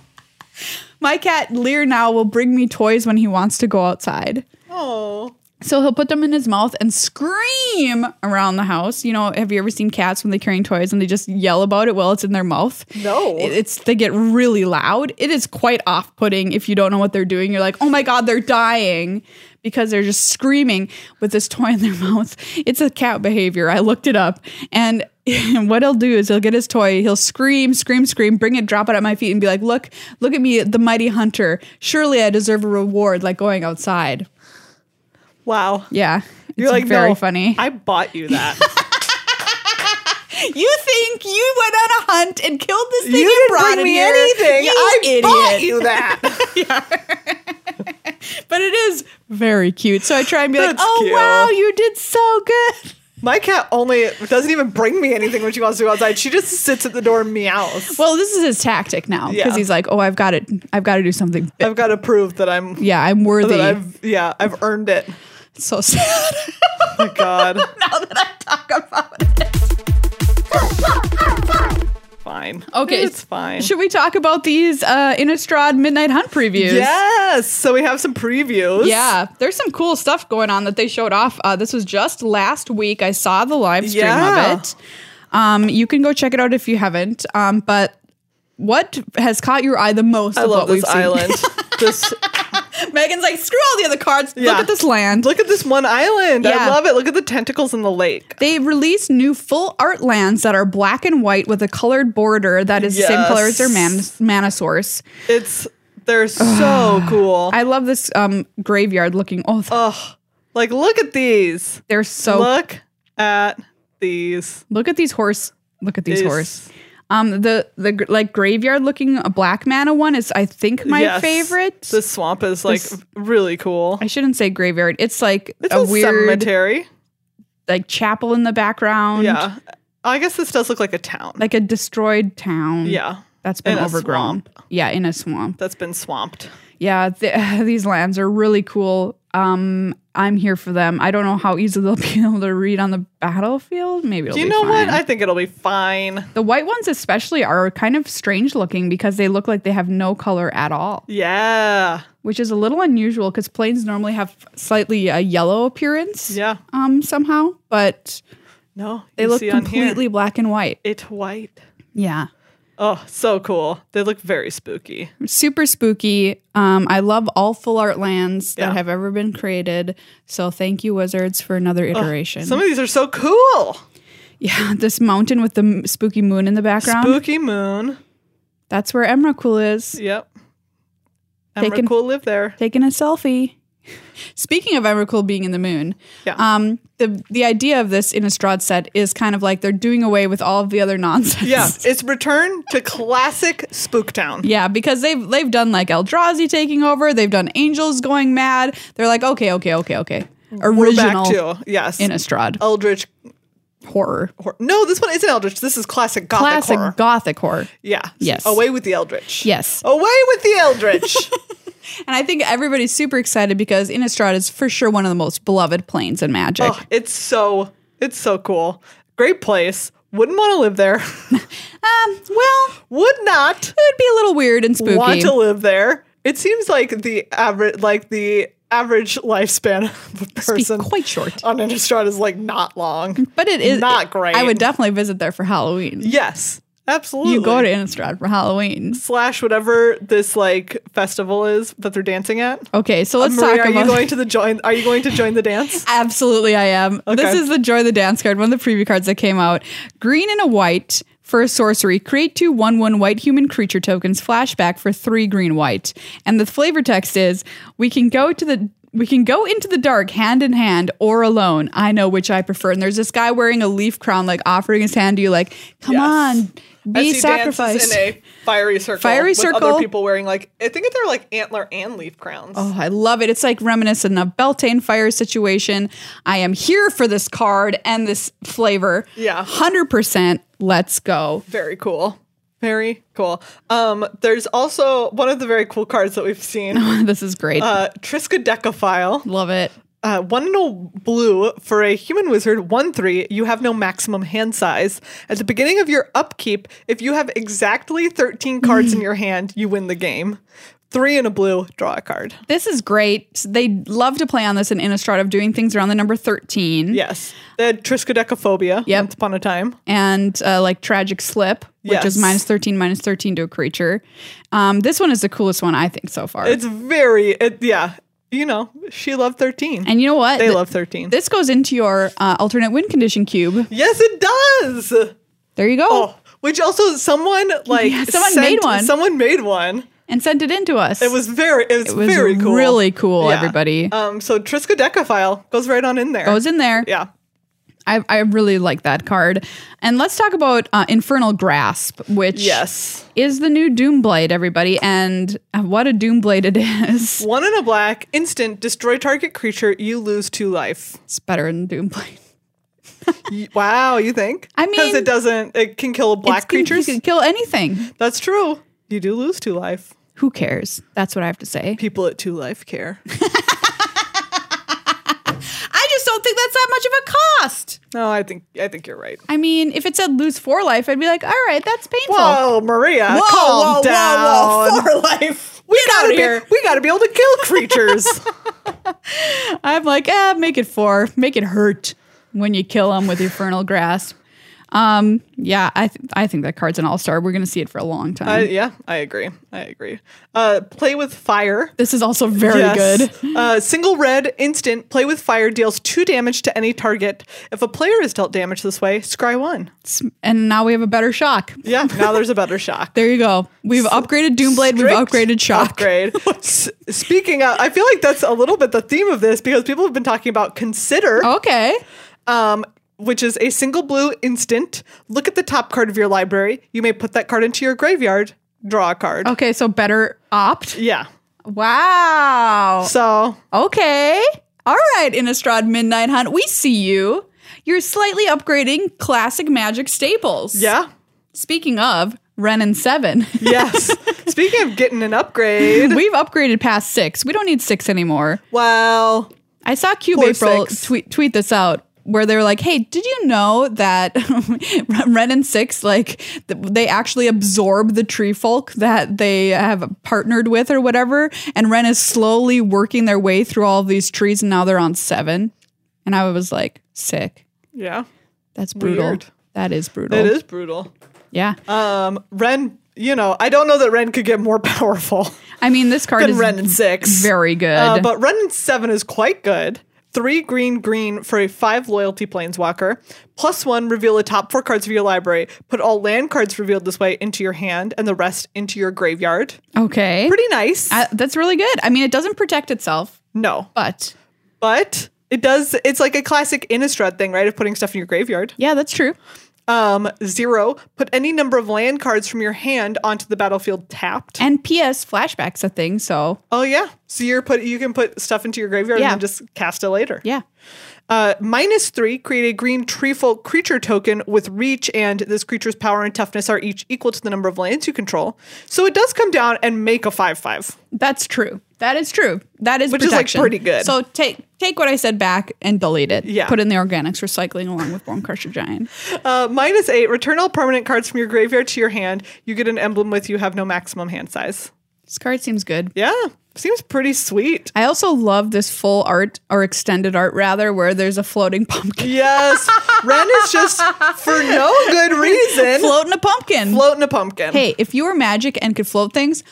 Speaker 1: My cat Lear now will bring me toys when he wants to go outside.
Speaker 2: Oh,
Speaker 1: So he'll put them in his mouth and scream around the house. You know, have you ever seen cats when they're carrying toys and they just yell about it while it's in their mouth?
Speaker 2: No.
Speaker 1: It- It's they get really loud. It is quite off-putting if you don't know what they're doing. You're like, "Oh my god, they're dying." Because they're just screaming with this toy in their mouth. It's a cat behavior. I looked it up. And what he'll do is he'll get his toy, he'll scream, scream, scream, bring it, drop it at my feet, and be like, Look, look at me, the mighty hunter. Surely I deserve a reward, like going outside.
Speaker 2: wow.
Speaker 1: Yeah.
Speaker 2: You're
Speaker 1: it's
Speaker 2: like
Speaker 1: very
Speaker 2: "No,
Speaker 1: funny.
Speaker 2: I bought you that.
Speaker 1: you think you went on a hunt and killed this thing
Speaker 2: you
Speaker 1: and
Speaker 2: didn't
Speaker 1: brought
Speaker 2: bring
Speaker 1: it
Speaker 2: me
Speaker 1: here.
Speaker 2: anything.
Speaker 1: You
Speaker 2: I
Speaker 1: idiot.
Speaker 2: bought you that.
Speaker 1: But it is very cute. So I try and be like,
Speaker 2: That's
Speaker 1: "Oh
Speaker 2: cute.
Speaker 1: wow, you did so good."
Speaker 2: My cat only doesn't even bring me anything when she wants to go outside. She just sits at the door and meows.
Speaker 1: Well, this is his tactic now because
Speaker 2: Yeah.
Speaker 1: he's like, "Oh, I've got it. I've got to do something." big.
Speaker 2: I've got to prove that I'm
Speaker 1: Yeah, I'm worthy.
Speaker 2: that I've yeah, I've earned it.
Speaker 1: It's so sad.
Speaker 2: Oh my god.
Speaker 1: now that I talk about it.
Speaker 2: Fine.
Speaker 1: Okay,
Speaker 2: It's fine.
Speaker 1: Should we talk about these uh, Innistrad Midnight Hunt previews?
Speaker 2: Yes. So we have some previews.
Speaker 1: Yeah, there's some cool stuff going on that they showed off. Uh, this was just last week. I saw the live stream
Speaker 2: Yeah.
Speaker 1: of it. Um, you can go check it out if you haven't. Um, but what has caught your eye the most?
Speaker 2: I
Speaker 1: of
Speaker 2: love
Speaker 1: what
Speaker 2: this
Speaker 1: we've seen?
Speaker 2: island. this
Speaker 1: Megan's like, screw all the other cards.
Speaker 2: Yeah.
Speaker 1: Look at this land.
Speaker 2: look at this one island. I
Speaker 1: Yeah.
Speaker 2: love it. Look at the tentacles in the lake.
Speaker 1: They released new full art lands that are black and white with a colored border that is the same color as their man-
Speaker 2: Yes.
Speaker 1: mana source.
Speaker 2: It's they're so cool.
Speaker 1: I love this um, graveyard looking. Oh, th-
Speaker 2: Ugh. Like look at these.
Speaker 1: they're so.
Speaker 2: Look at these.
Speaker 1: Look at these horse. Look at these
Speaker 2: These.
Speaker 1: horse. Um, the the gr- like graveyard looking a black mana one is I think my
Speaker 2: Yes.
Speaker 1: favorite.
Speaker 2: The swamp is like
Speaker 1: This-
Speaker 2: really cool.
Speaker 1: I shouldn't say graveyard. It's like
Speaker 2: It's
Speaker 1: a,
Speaker 2: a,
Speaker 1: weird
Speaker 2: cemetery.
Speaker 1: like chapel in the background.
Speaker 2: Yeah. I guess this does look like a town.
Speaker 1: like a destroyed town.
Speaker 2: yeah.
Speaker 1: that's been
Speaker 2: in a
Speaker 1: overgrown. Yeah, in a swamp.
Speaker 2: That's been swamped.
Speaker 1: yeah, th- these lands are really cool. Um, I'm here for them. I don't know how easy they'll be able to read on the battlefield. Maybe it'll
Speaker 2: Do you
Speaker 1: be
Speaker 2: know what?
Speaker 1: fine.
Speaker 2: I think it'll be fine.
Speaker 1: the white ones, especially, are kind of strange looking because they look like they have no color at all,
Speaker 2: Yeah.
Speaker 1: which is a little unusual because plains normally have slightly a yellow appearance.
Speaker 2: Yeah.
Speaker 1: Um, somehow, but
Speaker 2: No.
Speaker 1: they
Speaker 2: you
Speaker 1: look
Speaker 2: see on here,
Speaker 1: completely black and white.
Speaker 2: It white.
Speaker 1: Yeah.
Speaker 2: Oh, so cool. They look very spooky.
Speaker 1: super spooky. Um, I love all full art lands that
Speaker 2: Yeah.
Speaker 1: have ever been created. So thank you, Wizards, for another iteration.
Speaker 2: Some of these are so cool.
Speaker 1: yeah, this mountain with the m- spooky moon in the background.
Speaker 2: Spooky moon.
Speaker 1: That's where Emrakul is
Speaker 2: Yep.
Speaker 1: They
Speaker 2: Emrakul
Speaker 1: can-
Speaker 2: live there.
Speaker 1: taking a selfie. Speaking of Emrakul being in the moon,
Speaker 2: Yeah.
Speaker 1: um, the the idea of this Innistrad set is kind of like they're doing away with all of the other nonsense.
Speaker 2: yeah. It's return to classic Spooktown.
Speaker 1: Yeah, because they've they've done like Eldrazi taking over, they've done angels going mad. They're like, okay, okay, okay, okay.
Speaker 2: We're back
Speaker 1: Original
Speaker 2: to Oh. yes.
Speaker 1: Innistrad
Speaker 2: Eldritch
Speaker 1: horror.
Speaker 2: horror. No, this one isn't Eldritch. This is classic Gothic
Speaker 1: classic
Speaker 2: horror.
Speaker 1: gothic horror.
Speaker 2: yeah.
Speaker 1: Yes.
Speaker 2: Away with the Eldritch.
Speaker 1: Yes.
Speaker 2: Away with the Eldritch.
Speaker 1: Oh. And I think everybody's super excited because Innistrad is for sure one of the most beloved planes in magic.
Speaker 2: oh, it's so it's so cool. Great place. Wouldn't want to live there.
Speaker 1: Um, well,
Speaker 2: Would not
Speaker 1: it would be a little weird and spooky.
Speaker 2: want to live there. It seems like the average like the average lifespan of a
Speaker 1: It'd be
Speaker 2: person
Speaker 1: quite short.
Speaker 2: on Innistrad is like not long.
Speaker 1: But it is
Speaker 2: not great.
Speaker 1: I would definitely visit there for Halloween.
Speaker 2: Yes. Absolutely.
Speaker 1: You go to Innistrad for Halloween.
Speaker 2: slash whatever this like festival is that they're dancing at.
Speaker 1: Okay, so let's
Speaker 2: Maria,
Speaker 1: talk
Speaker 2: are you
Speaker 1: about
Speaker 2: going to the join? Are you going to join the dance?
Speaker 1: Absolutely, I am. This is the Joy the Dance card, one of the preview cards that came out. Green and a white for a sorcery. Create two 1 1 white human creature tokens, flashback for three green white. And the flavor text is we can go to the we can go into the dark hand in hand or alone. I know which I prefer. And there's this guy wearing a leaf crown, like offering his hand to you, like, come
Speaker 2: Yes.
Speaker 1: on, be
Speaker 2: As he dances
Speaker 1: sacrificed.
Speaker 2: in a fiery circle.
Speaker 1: Fiery
Speaker 2: with
Speaker 1: circle.
Speaker 2: Other people wearing like I think they're like antler and leaf crowns.
Speaker 1: Oh, I love it. It's like reminiscent of Beltane Fire situation. I am here for this card and this flavor.
Speaker 2: Yeah.
Speaker 1: 100%. Let's go.
Speaker 2: Very cool. Very cool. Um, there's also one of the very cool cards that we've seen.
Speaker 1: This is great.
Speaker 2: Uh, Triskaidekaphile,
Speaker 1: love it.
Speaker 2: uh, one in a blue for a human wizard, one three. You have no maximum hand size. At the beginning of your upkeep, if you have exactly thirteen cards in your hand, you win the game. Three in a blue, draw a card.
Speaker 1: This is great. They love to play on this in Innistrad of doing things around the number 13
Speaker 2: Yes. They had triskaidekaphobia
Speaker 1: Yep.
Speaker 2: once upon a time.
Speaker 1: and uh, like Tragic Slip, which is
Speaker 2: Yes.
Speaker 1: minus 13, minus 13 to a creature. Um, this one is the coolest one, I think, so far.
Speaker 2: It's very, it, yeah. You know, she loved 13.
Speaker 1: and you know what?
Speaker 2: they
Speaker 1: Th-
Speaker 2: love 13.
Speaker 1: This goes into your uh, alternate win condition cube.
Speaker 2: yes, it does.
Speaker 1: There you go.
Speaker 2: Oh, which also someone like
Speaker 1: Yeah, someone made one.
Speaker 2: Someone made one.
Speaker 1: And sent it into us.
Speaker 2: It was very, it was,
Speaker 1: It was
Speaker 2: very cool.
Speaker 1: really cool,
Speaker 2: Yeah.
Speaker 1: everybody.
Speaker 2: Um, so Triskaidekaphile goes right on in there.
Speaker 1: goes in there.
Speaker 2: yeah.
Speaker 1: I, I really like that card. And let's talk about uh, Infernal Grasp, which
Speaker 2: Yes.
Speaker 1: is the new Doomblade, everybody. And what a Doomblade it is.
Speaker 2: One in a black, instant, destroy target creature, you lose two life.
Speaker 1: It's better than Doomblade.
Speaker 2: Y- wow, you think?
Speaker 1: I
Speaker 2: Because
Speaker 1: mean-
Speaker 2: it doesn't, it can kill black
Speaker 1: It's can-
Speaker 2: creatures.
Speaker 1: You can kill anything.
Speaker 2: That's true. You do lose two life.
Speaker 1: Who cares? That's what I have to say.
Speaker 2: People at Two Life care.
Speaker 1: I just don't think that's that much of a cost.
Speaker 2: No, I think I think you're right.
Speaker 1: I mean, if it said lose four life, I'd be like, all right, that's painful.
Speaker 2: Whoa, Maria,
Speaker 1: Whoa,
Speaker 2: calm
Speaker 1: whoa,
Speaker 2: down.
Speaker 1: whoa, whoa, for life.
Speaker 2: We
Speaker 1: Get out
Speaker 2: gotta
Speaker 1: of here.
Speaker 2: be, we gotta be able to kill creatures.
Speaker 1: I'm like, ah, make it four, make it hurt when you kill them with your infernal grasp. Um, yeah, I th- I think that card's an all star. We're gonna see it for a long time.
Speaker 2: I, yeah, I agree. I agree. Uh, play with fire.
Speaker 1: this is also very good.
Speaker 2: good. Uh, single red instant. Play with fire deals two damage to any target. If a player is dealt damage this way, scry one.
Speaker 1: It's- and now we have a better shock.
Speaker 2: Yeah, now there's a better shock.
Speaker 1: There you go. We've upgraded Doomblade. We've
Speaker 2: Strict
Speaker 1: upgraded shock.
Speaker 2: Upgrade. S- speaking of, I feel
Speaker 1: Oh.
Speaker 2: like that's a little bit the theme of this because people have been talking about consider.
Speaker 1: Okay.
Speaker 2: Um, which is a single blue instant. Look at the top card of your library. You may put that card into your graveyard, draw a card.
Speaker 1: Okay, so better opt.
Speaker 2: Yeah.
Speaker 1: Wow.
Speaker 2: So
Speaker 1: Okay. All right, Innistrad Midnight Hunt, we see you. You're slightly upgrading classic magic staples.
Speaker 2: yeah.
Speaker 1: Speaking of, Ren and Seven.
Speaker 2: Yes. Speaking of getting an upgrade,
Speaker 1: We've upgraded past six. We don't need six anymore.
Speaker 2: well,
Speaker 1: I saw Cube
Speaker 2: Poor
Speaker 1: April
Speaker 2: six.
Speaker 1: tweet tweet this out where they were like, "Hey, did you know that Ren and Six like th- they actually absorb the tree folk that they have partnered with or whatever?" And Ren is slowly working their way through all of these trees, and now they're on seven. And I was like, "Sick.
Speaker 2: yeah,
Speaker 1: That's brutal.
Speaker 2: Weird.
Speaker 1: That is brutal.
Speaker 2: it is brutal.
Speaker 1: Yeah.
Speaker 2: Um, Ren, you know, I don't know that Ren could get more powerful
Speaker 1: I mean, this card
Speaker 2: than
Speaker 1: is
Speaker 2: Ren and Six.
Speaker 1: very good.
Speaker 2: Uh, but Ren and Seven is quite good. Three green green for a five loyalty planeswalker. Plus one, reveal the top four cards of your library. Put all land cards revealed this way into your hand and the rest into your graveyard.
Speaker 1: okay,
Speaker 2: Pretty nice.
Speaker 1: Uh, that's really good. I mean, it doesn't protect itself,
Speaker 2: no.
Speaker 1: but
Speaker 2: But it does it's like a classic Innistrad thing, right? Of putting stuff in your graveyard.
Speaker 1: yeah, that's true.
Speaker 2: Um, zero, put any number of land cards from your hand onto the battlefield tapped.
Speaker 1: And PS flashbacks a thing, so
Speaker 2: Oh yeah. So you're put you can put stuff into your graveyard
Speaker 1: Yeah.
Speaker 2: and then just cast it later.
Speaker 1: yeah.
Speaker 2: Uh, minus three, create a green treefolk creature token with reach, and this creature's power and toughness are each equal to the number of lands you control. So it does come down and make a five five.
Speaker 1: That's true. That is true. That is
Speaker 2: Which is, like,
Speaker 1: protection.
Speaker 2: pretty good.
Speaker 1: So take take what I said back and delete it.
Speaker 2: Yeah.
Speaker 1: Put in the organics recycling along with Bone Crusher Giant.
Speaker 2: Uh, minus eight, return all permanent cards from your graveyard to your hand. You get an emblem with you have no maximum hand size.
Speaker 1: This card seems good.
Speaker 2: Yeah, seems pretty sweet.
Speaker 1: I also love this full art or extended art rather, where there's a floating pumpkin.
Speaker 2: Yes, Ren is just for no good reason
Speaker 1: Floating a pumpkin.
Speaker 2: floating a pumpkin.
Speaker 1: hey, if you were magic and could float things,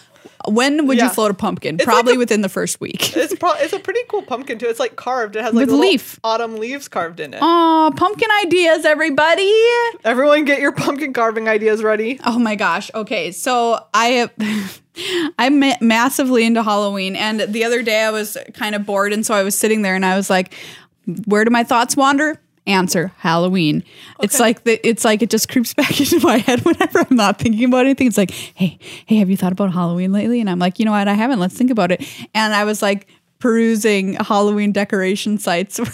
Speaker 1: when would you
Speaker 2: Yeah.
Speaker 1: float a pumpkin?
Speaker 2: like
Speaker 1: Probably
Speaker 2: a-
Speaker 1: within the first week.
Speaker 2: It's pro- it's a pretty cool pumpkin too. It's like carved. It has like
Speaker 1: With
Speaker 2: little
Speaker 1: leaf. Oh.
Speaker 2: autumn leaves carved in it.
Speaker 1: Aw, pumpkin ideas, everybody.
Speaker 2: Everyone get your pumpkin carving ideas ready.
Speaker 1: Oh my gosh. Okay. So I I'm ma- massively into Halloween and the other day I was kind of bored and so I was sitting there and I was like where do my thoughts wander? Answer Halloween. It's like the, it's like it just creeps back into my head whenever I'm not thinking about anything. It's like, "Hey, hey, have you thought about Halloween lately?" And I'm like, "You know what? I haven't. Let's think about it." And I was like perusing Halloween decoration sites and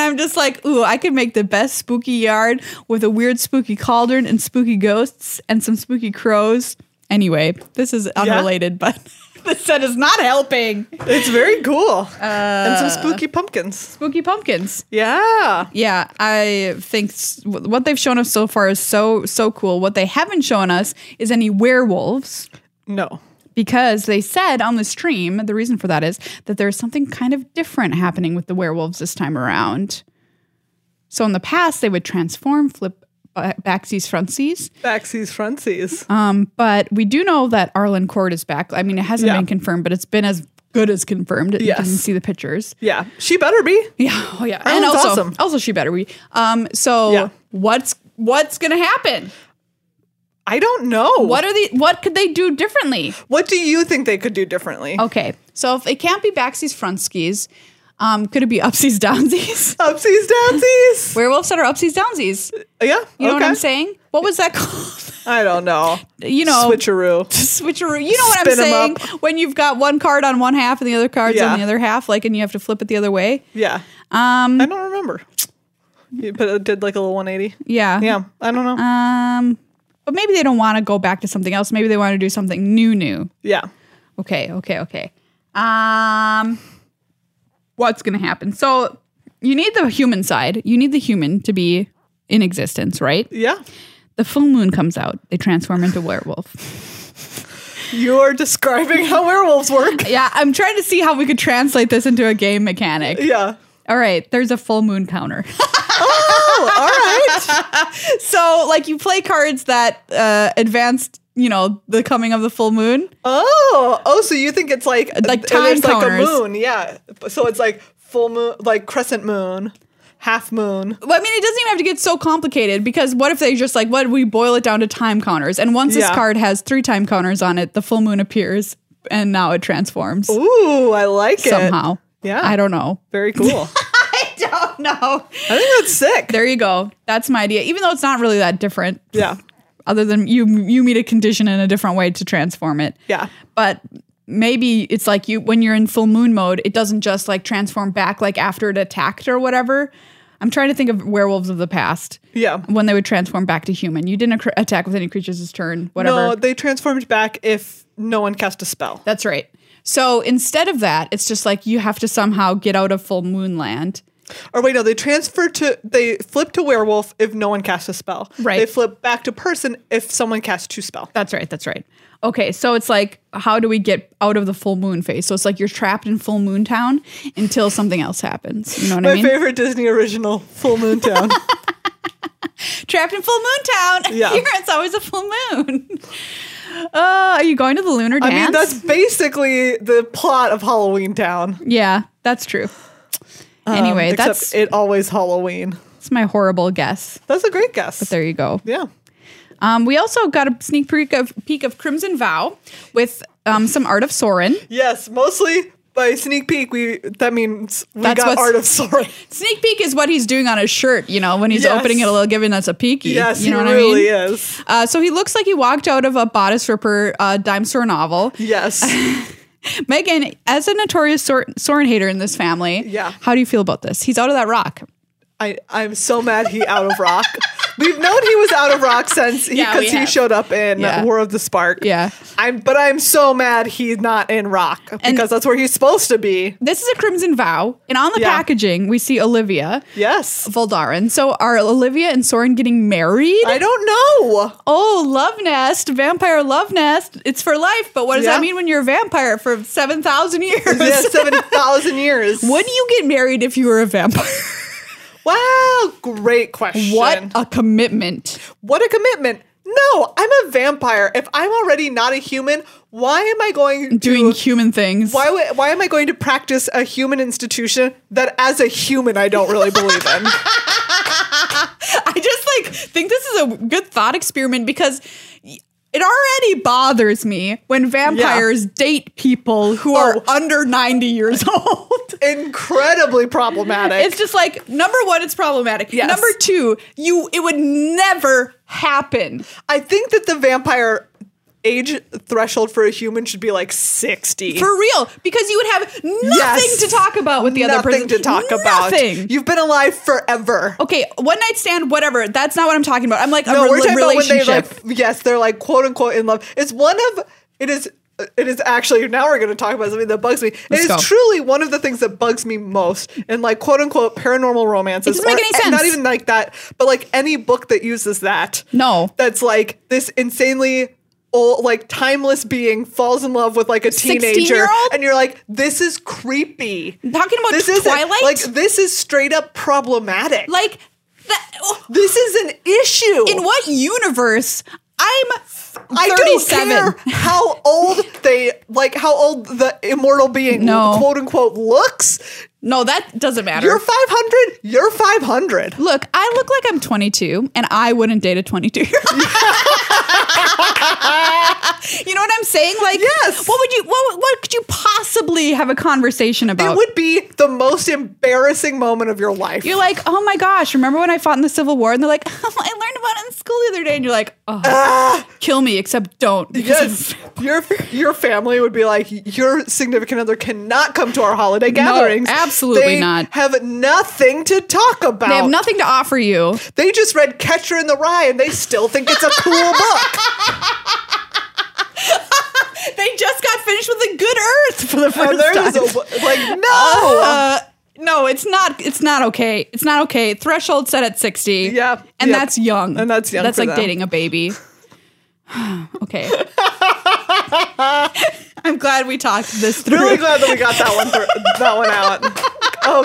Speaker 1: I'm just like, ooh, I could make the best spooky yard with a weird spooky cauldron and spooky ghosts and some spooky crows. Anyway, this is unrelated, but this set is not helping.
Speaker 2: It's very cool. and some
Speaker 1: Uh.
Speaker 2: spooky pumpkins.
Speaker 1: Spooky pumpkins.
Speaker 2: Yeah.
Speaker 1: Yeah, I think s- wh- what they've shown us so far is so so cool. What they haven't shown us is any werewolves.
Speaker 2: No.
Speaker 1: because they said on the stream the reason for that is that there's something kind of different happening with the werewolves this time around so in the past they would transform flip uh, backsies frontsies
Speaker 2: Baxies, frontsies.
Speaker 1: um, but we do know that arlen cord is back i mean it hasn't
Speaker 2: Yeah.
Speaker 1: been confirmed but it's been as good as confirmed you can
Speaker 2: Yes.
Speaker 1: see the pictures
Speaker 2: yeah. She better be.
Speaker 1: yeah oh yeah and
Speaker 2: Arlen's
Speaker 1: also
Speaker 2: awesome.
Speaker 1: also she better be um so
Speaker 2: Yeah.
Speaker 1: what's what's gonna happen
Speaker 2: I don't know.
Speaker 1: what are the what could they do differently
Speaker 2: What do you think they could do differently?
Speaker 1: Okay, so if it can't be backsies, frontskies, um, could it be upsies, downsies?
Speaker 2: Upsies, downsies.
Speaker 1: Werewolves that are upsies, downsies.
Speaker 2: Yeah.
Speaker 1: You know what I'm
Speaker 2: okay.
Speaker 1: saying? What was that called?
Speaker 2: I don't know.
Speaker 1: You know,
Speaker 2: Switcheroo.
Speaker 1: switcheroo. You know what
Speaker 2: Spin 'em
Speaker 1: I'm saying?
Speaker 2: up.
Speaker 1: When you've got one card on one half and the other card's on
Speaker 2: Yeah.
Speaker 1: the other half, like, and you have to flip it the other way.
Speaker 2: Yeah.
Speaker 1: Um,
Speaker 2: I don't remember. You- But it did like a little 180.
Speaker 1: yeah.
Speaker 2: Yeah. I don't know.
Speaker 1: Um, but maybe they don't want to go back to something else. Maybe they want to do something new, new.
Speaker 2: yeah.
Speaker 1: Okay, okay, okay. Um what's going to happen? So you need the human side. You need the human to be in existence, right?
Speaker 2: Yeah.
Speaker 1: The full moon comes out. They transform into werewolf.
Speaker 2: You're describing how werewolves work.
Speaker 1: yeah, I'm trying to see how we could translate this into a game mechanic.
Speaker 2: Yeah.
Speaker 1: All right, there's a full moon counter. all right. so like you play cards that uh advanced, you know, the coming of the full moon.
Speaker 2: Oh, oh, so you think it's like
Speaker 1: Like
Speaker 2: th-
Speaker 1: time
Speaker 2: there's
Speaker 1: counters.
Speaker 2: like a moon, yeah. So it's like full moon, like crescent moon, half moon.
Speaker 1: Well, I mean, it doesn't even have to get so complicated because what if they just like, what we boil it down to time counters? And once this
Speaker 2: Yeah.
Speaker 1: card has three time counters on it, the full moon appears and now it transforms
Speaker 2: Ooh, I like it.
Speaker 1: somehow.
Speaker 2: Yeah.
Speaker 1: I don't know.
Speaker 2: Very cool.
Speaker 1: I don't don't know.
Speaker 2: I think that's sick.
Speaker 1: There you go. That's my idea. Even though it's not really that different,
Speaker 2: yeah.
Speaker 1: other than you you meet a condition in a different way to transform it.
Speaker 2: Yeah.
Speaker 1: But maybe it's like you when you're in full moon mode, it doesn't just like transform back like after it attacked or whatever. I'm trying to think of werewolves of the past.
Speaker 2: Yeah.
Speaker 1: When they would transform back to human. You didn't acc- attack with any creatures this turn, whatever.
Speaker 2: No, they transformed back if no one cast a spell.
Speaker 1: That's right. So instead of that, it's just like you have to somehow get out of full moon land.
Speaker 2: Or wait, no, they transfer to they flip to werewolf if no one casts a spell.
Speaker 1: Right.
Speaker 2: They flip back to person if someone casts two spell.
Speaker 1: That's right. That's right. Okay, so it's like, how do we get out of the full moon phase? So it's like you're trapped in full moon town until something else happens. You know what
Speaker 2: My
Speaker 1: I mean?
Speaker 2: favorite Disney original, Full Moon Town.
Speaker 1: Trapped in full moon town.
Speaker 2: Yeah.
Speaker 1: Here it's always a full moon. Uh, are you going to the lunar
Speaker 2: I
Speaker 1: dance?
Speaker 2: mean, that's basically the plot of Halloween Town.
Speaker 1: yeah, that's true. anyway,
Speaker 2: Um, Except
Speaker 1: that's
Speaker 2: it always Halloween.
Speaker 1: that's my horrible guess.
Speaker 2: That's a great guess.
Speaker 1: There you go.
Speaker 2: yeah.
Speaker 1: Um, we also got a sneak peek of peek of Crimson Vow with um, some art of Sorin.
Speaker 2: Yes, mostly by sneak peek. We that means we
Speaker 1: That's
Speaker 2: got
Speaker 1: what's-
Speaker 2: art of Sorin.
Speaker 1: Sneak peek is what he's doing on his shirt, you know, when he's
Speaker 2: Yes.
Speaker 1: opening it a little, giving us a peeky.
Speaker 2: Yes,
Speaker 1: you know
Speaker 2: he
Speaker 1: what
Speaker 2: really
Speaker 1: I mean?
Speaker 2: is.
Speaker 1: Uh, so he looks like he walked out of a bodice ripper uh, dime store novel.
Speaker 2: Yes,
Speaker 1: Megan, as a notorious Sor- Soren hater in this family,
Speaker 2: Yeah.
Speaker 1: how do you feel about this? He's out of that rock.
Speaker 2: I I'm so mad he out of rock. We've known he was out of rock since because
Speaker 1: Yeah, we
Speaker 2: he
Speaker 1: have.
Speaker 2: showed up in
Speaker 1: Yeah.
Speaker 2: War of the Spark.
Speaker 1: Yeah.
Speaker 2: I'm but I'm so mad he's not in rock because that's where he's supposed to be.
Speaker 1: This is a Crimson Vow, and on the
Speaker 2: Yeah.
Speaker 1: packaging we see Olivia
Speaker 2: Yes,
Speaker 1: Voldaren. So are Olivia and Soren getting married?
Speaker 2: I don't know.
Speaker 1: oh, love nest, vampire love nest. It's for life, but what does
Speaker 2: Yeah.
Speaker 1: that mean when you're a vampire for seven thousand years?
Speaker 2: Yeah, seven thousand years.
Speaker 1: Would you get married if you were a vampire?
Speaker 2: Wow, great question.
Speaker 1: What a commitment.
Speaker 2: What a commitment. No, I'm a vampire. If I'm already not a human, why am I going to
Speaker 1: Doing human things.
Speaker 2: why would- why am I going to practice a human institution that as a human I don't really believe in?
Speaker 1: I just like think this is a good thought experiment because y- it already bothers me when vampires date people who are
Speaker 2: Oh.
Speaker 1: under 90 years old.
Speaker 2: Incredibly problematic.
Speaker 1: It's just like number 1 it's problematic.
Speaker 2: Yes.
Speaker 1: Number 2, you it would never happen.
Speaker 2: I think that the vampire age threshold for a human should be like 60.
Speaker 1: For real, because you would have nothing
Speaker 2: Yes.
Speaker 1: to talk about with the other person.
Speaker 2: Nothing to talk about.
Speaker 1: Nothing.
Speaker 2: You've been alive forever.
Speaker 1: okay, one night stand, whatever. That's not what I'm talking about. I'm like a
Speaker 2: No,
Speaker 1: re-
Speaker 2: we're talking about when
Speaker 1: relationship.
Speaker 2: they like yes, they're like quote unquote in love. It's one of it is it is actually now we're going to talk about something that bugs me. It
Speaker 1: Let's
Speaker 2: is
Speaker 1: go.
Speaker 2: truly one of the things that bugs me most in like quote unquote paranormal romances.
Speaker 1: doesn't make any
Speaker 2: and Not
Speaker 1: sense.
Speaker 2: even like that, but like any book that uses that.
Speaker 1: No.
Speaker 2: that's like this insanely. Old, like timeless being falls in love with like a teenager
Speaker 1: 16-year-old?
Speaker 2: and you're like this is creepy
Speaker 1: talking about
Speaker 2: this is
Speaker 1: Twilight?
Speaker 2: like this is straight up problematic
Speaker 1: like that, oh,
Speaker 2: this is an issue
Speaker 1: in what universe? I'm 37.
Speaker 2: I don't care how old they like how old the immortal being
Speaker 1: No.
Speaker 2: quote unquote looks.
Speaker 1: No, that doesn't matter.
Speaker 2: You're 500, you're 500.
Speaker 1: look, I look like I'm 22 and I wouldn't date a 22 year old. you know what I'm saying? Like,
Speaker 2: Yes.
Speaker 1: what would you, what, what could you possibly have a conversation about?
Speaker 2: It would be the most embarrassing moment of your life.
Speaker 1: you're like, oh my gosh, remember when I fought in the Civil War? And they're like, oh, I learned about it in school the other day. And you're like, oh, kill me, except don't. because
Speaker 2: Yes, your your family would be like your significant other cannot come to our holiday gatherings.
Speaker 1: absolutely
Speaker 2: They
Speaker 1: not.
Speaker 2: Have nothing to talk about.
Speaker 1: They have nothing to offer you.
Speaker 2: They just read Catcher in the Rye and they still think it's a cool book.
Speaker 1: They just got finished with The Good Earth for the
Speaker 2: And
Speaker 1: first time.
Speaker 2: there's a, like no.
Speaker 1: Uh, no, it's not. It's not okay. It's not okay. Threshold set at sixty.
Speaker 2: Yeah,
Speaker 1: and
Speaker 2: yep.
Speaker 1: that's young.
Speaker 2: And that's young
Speaker 1: That's
Speaker 2: for
Speaker 1: like
Speaker 2: them.
Speaker 1: dating a baby. okay. I'm glad we talked this through.
Speaker 2: Really glad that we got that one through, that one out.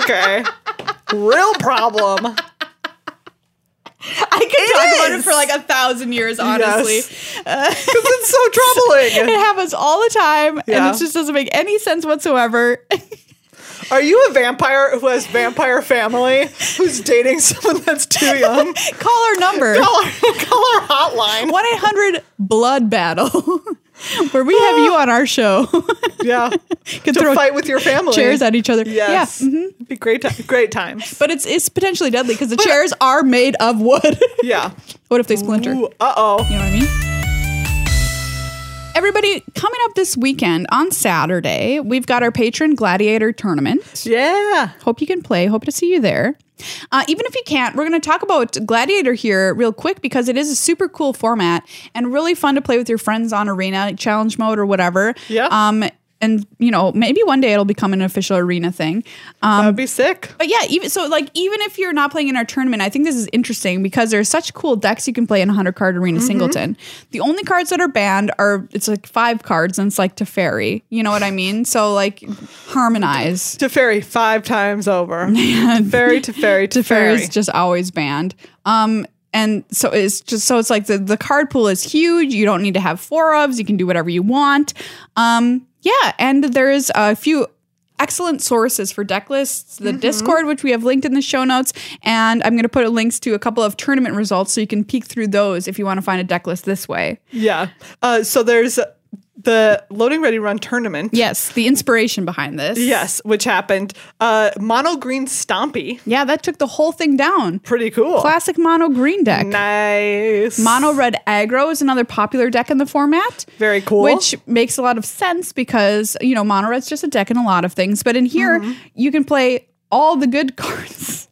Speaker 2: Okay. Real problem.
Speaker 1: I could talk about it
Speaker 2: is.
Speaker 1: for like a thousand years. Honestly,
Speaker 2: Because it's so
Speaker 1: it
Speaker 2: troubling.
Speaker 1: happens all the time,
Speaker 2: Yeah.
Speaker 1: and it just doesn't make any sense whatsoever.
Speaker 2: Are you a vampire who has vampire family who's dating someone that's too young?
Speaker 1: Call our number.
Speaker 2: Call our, call our hotline.
Speaker 1: One eight hundred blood battle. where we have you on our show.
Speaker 2: Yeah.
Speaker 1: Could
Speaker 2: to
Speaker 1: throw
Speaker 2: fight with your family.
Speaker 1: chairs at each other.
Speaker 2: Yes. Mm-hmm.
Speaker 1: Yeah. mhm.
Speaker 2: Be great ti- great times.
Speaker 1: But it's it's potentially deadly because the
Speaker 2: uh,
Speaker 1: chairs are made of wood.
Speaker 2: Yeah.
Speaker 1: what if they splinter?
Speaker 2: Ooh, uh-oh.
Speaker 1: You know what I mean? Everybody, coming up this weekend on Saturday, we've got our patron gladiator tournament.
Speaker 2: Yeah.
Speaker 1: Hope you can play. Hope to see you there. Uh, even if you can't, we're going to talk about Gladiator here real quick because it is a super cool format and really fun to play with your friends on Arena, challenge mode, or whatever.
Speaker 2: Yeah.
Speaker 1: Um, and, you know, maybe one day it'll become an official Arena thing. Um,
Speaker 2: That'd be sick.
Speaker 1: but yeah, even so, like even if you're not playing in our tournament, I think this is interesting because there's such cool decks you can play in 100 card arena singleton. The only cards that are banned are it's like five cards and it's like Teferi. You know what I mean? So like harmonize.
Speaker 2: To fairy five times over. Fairy to fairy to fairy.
Speaker 1: Teferi is just always banned. Um, and so it's just so it's like the the card pool is huge. You don't need to have four ofs. You can do whatever you want. Um, yeah, and there is a few excellent sources for deck lists. The
Speaker 2: Mm-hmm.
Speaker 1: Discord, which we have linked in the show notes, and I'm going to put links to a couple of tournament results so you can peek through those if you want to find a deck list this way.
Speaker 2: Yeah. Uh, so there's the loading ready run tournament.
Speaker 1: Yes, the inspiration behind this.
Speaker 2: Yes, which happened. Uh, mono green stompy.
Speaker 1: yeah, that took the whole thing down.
Speaker 2: Pretty cool.
Speaker 1: Classic mono green deck.
Speaker 2: Nice.
Speaker 1: Mono Red Aggro is another popular deck in the format.
Speaker 2: Very cool.
Speaker 1: Which makes a lot of sense because, you know, Mono Red's just a deck in a lot of things. But in here,
Speaker 2: Mm-hmm.
Speaker 1: you can play all the good cards,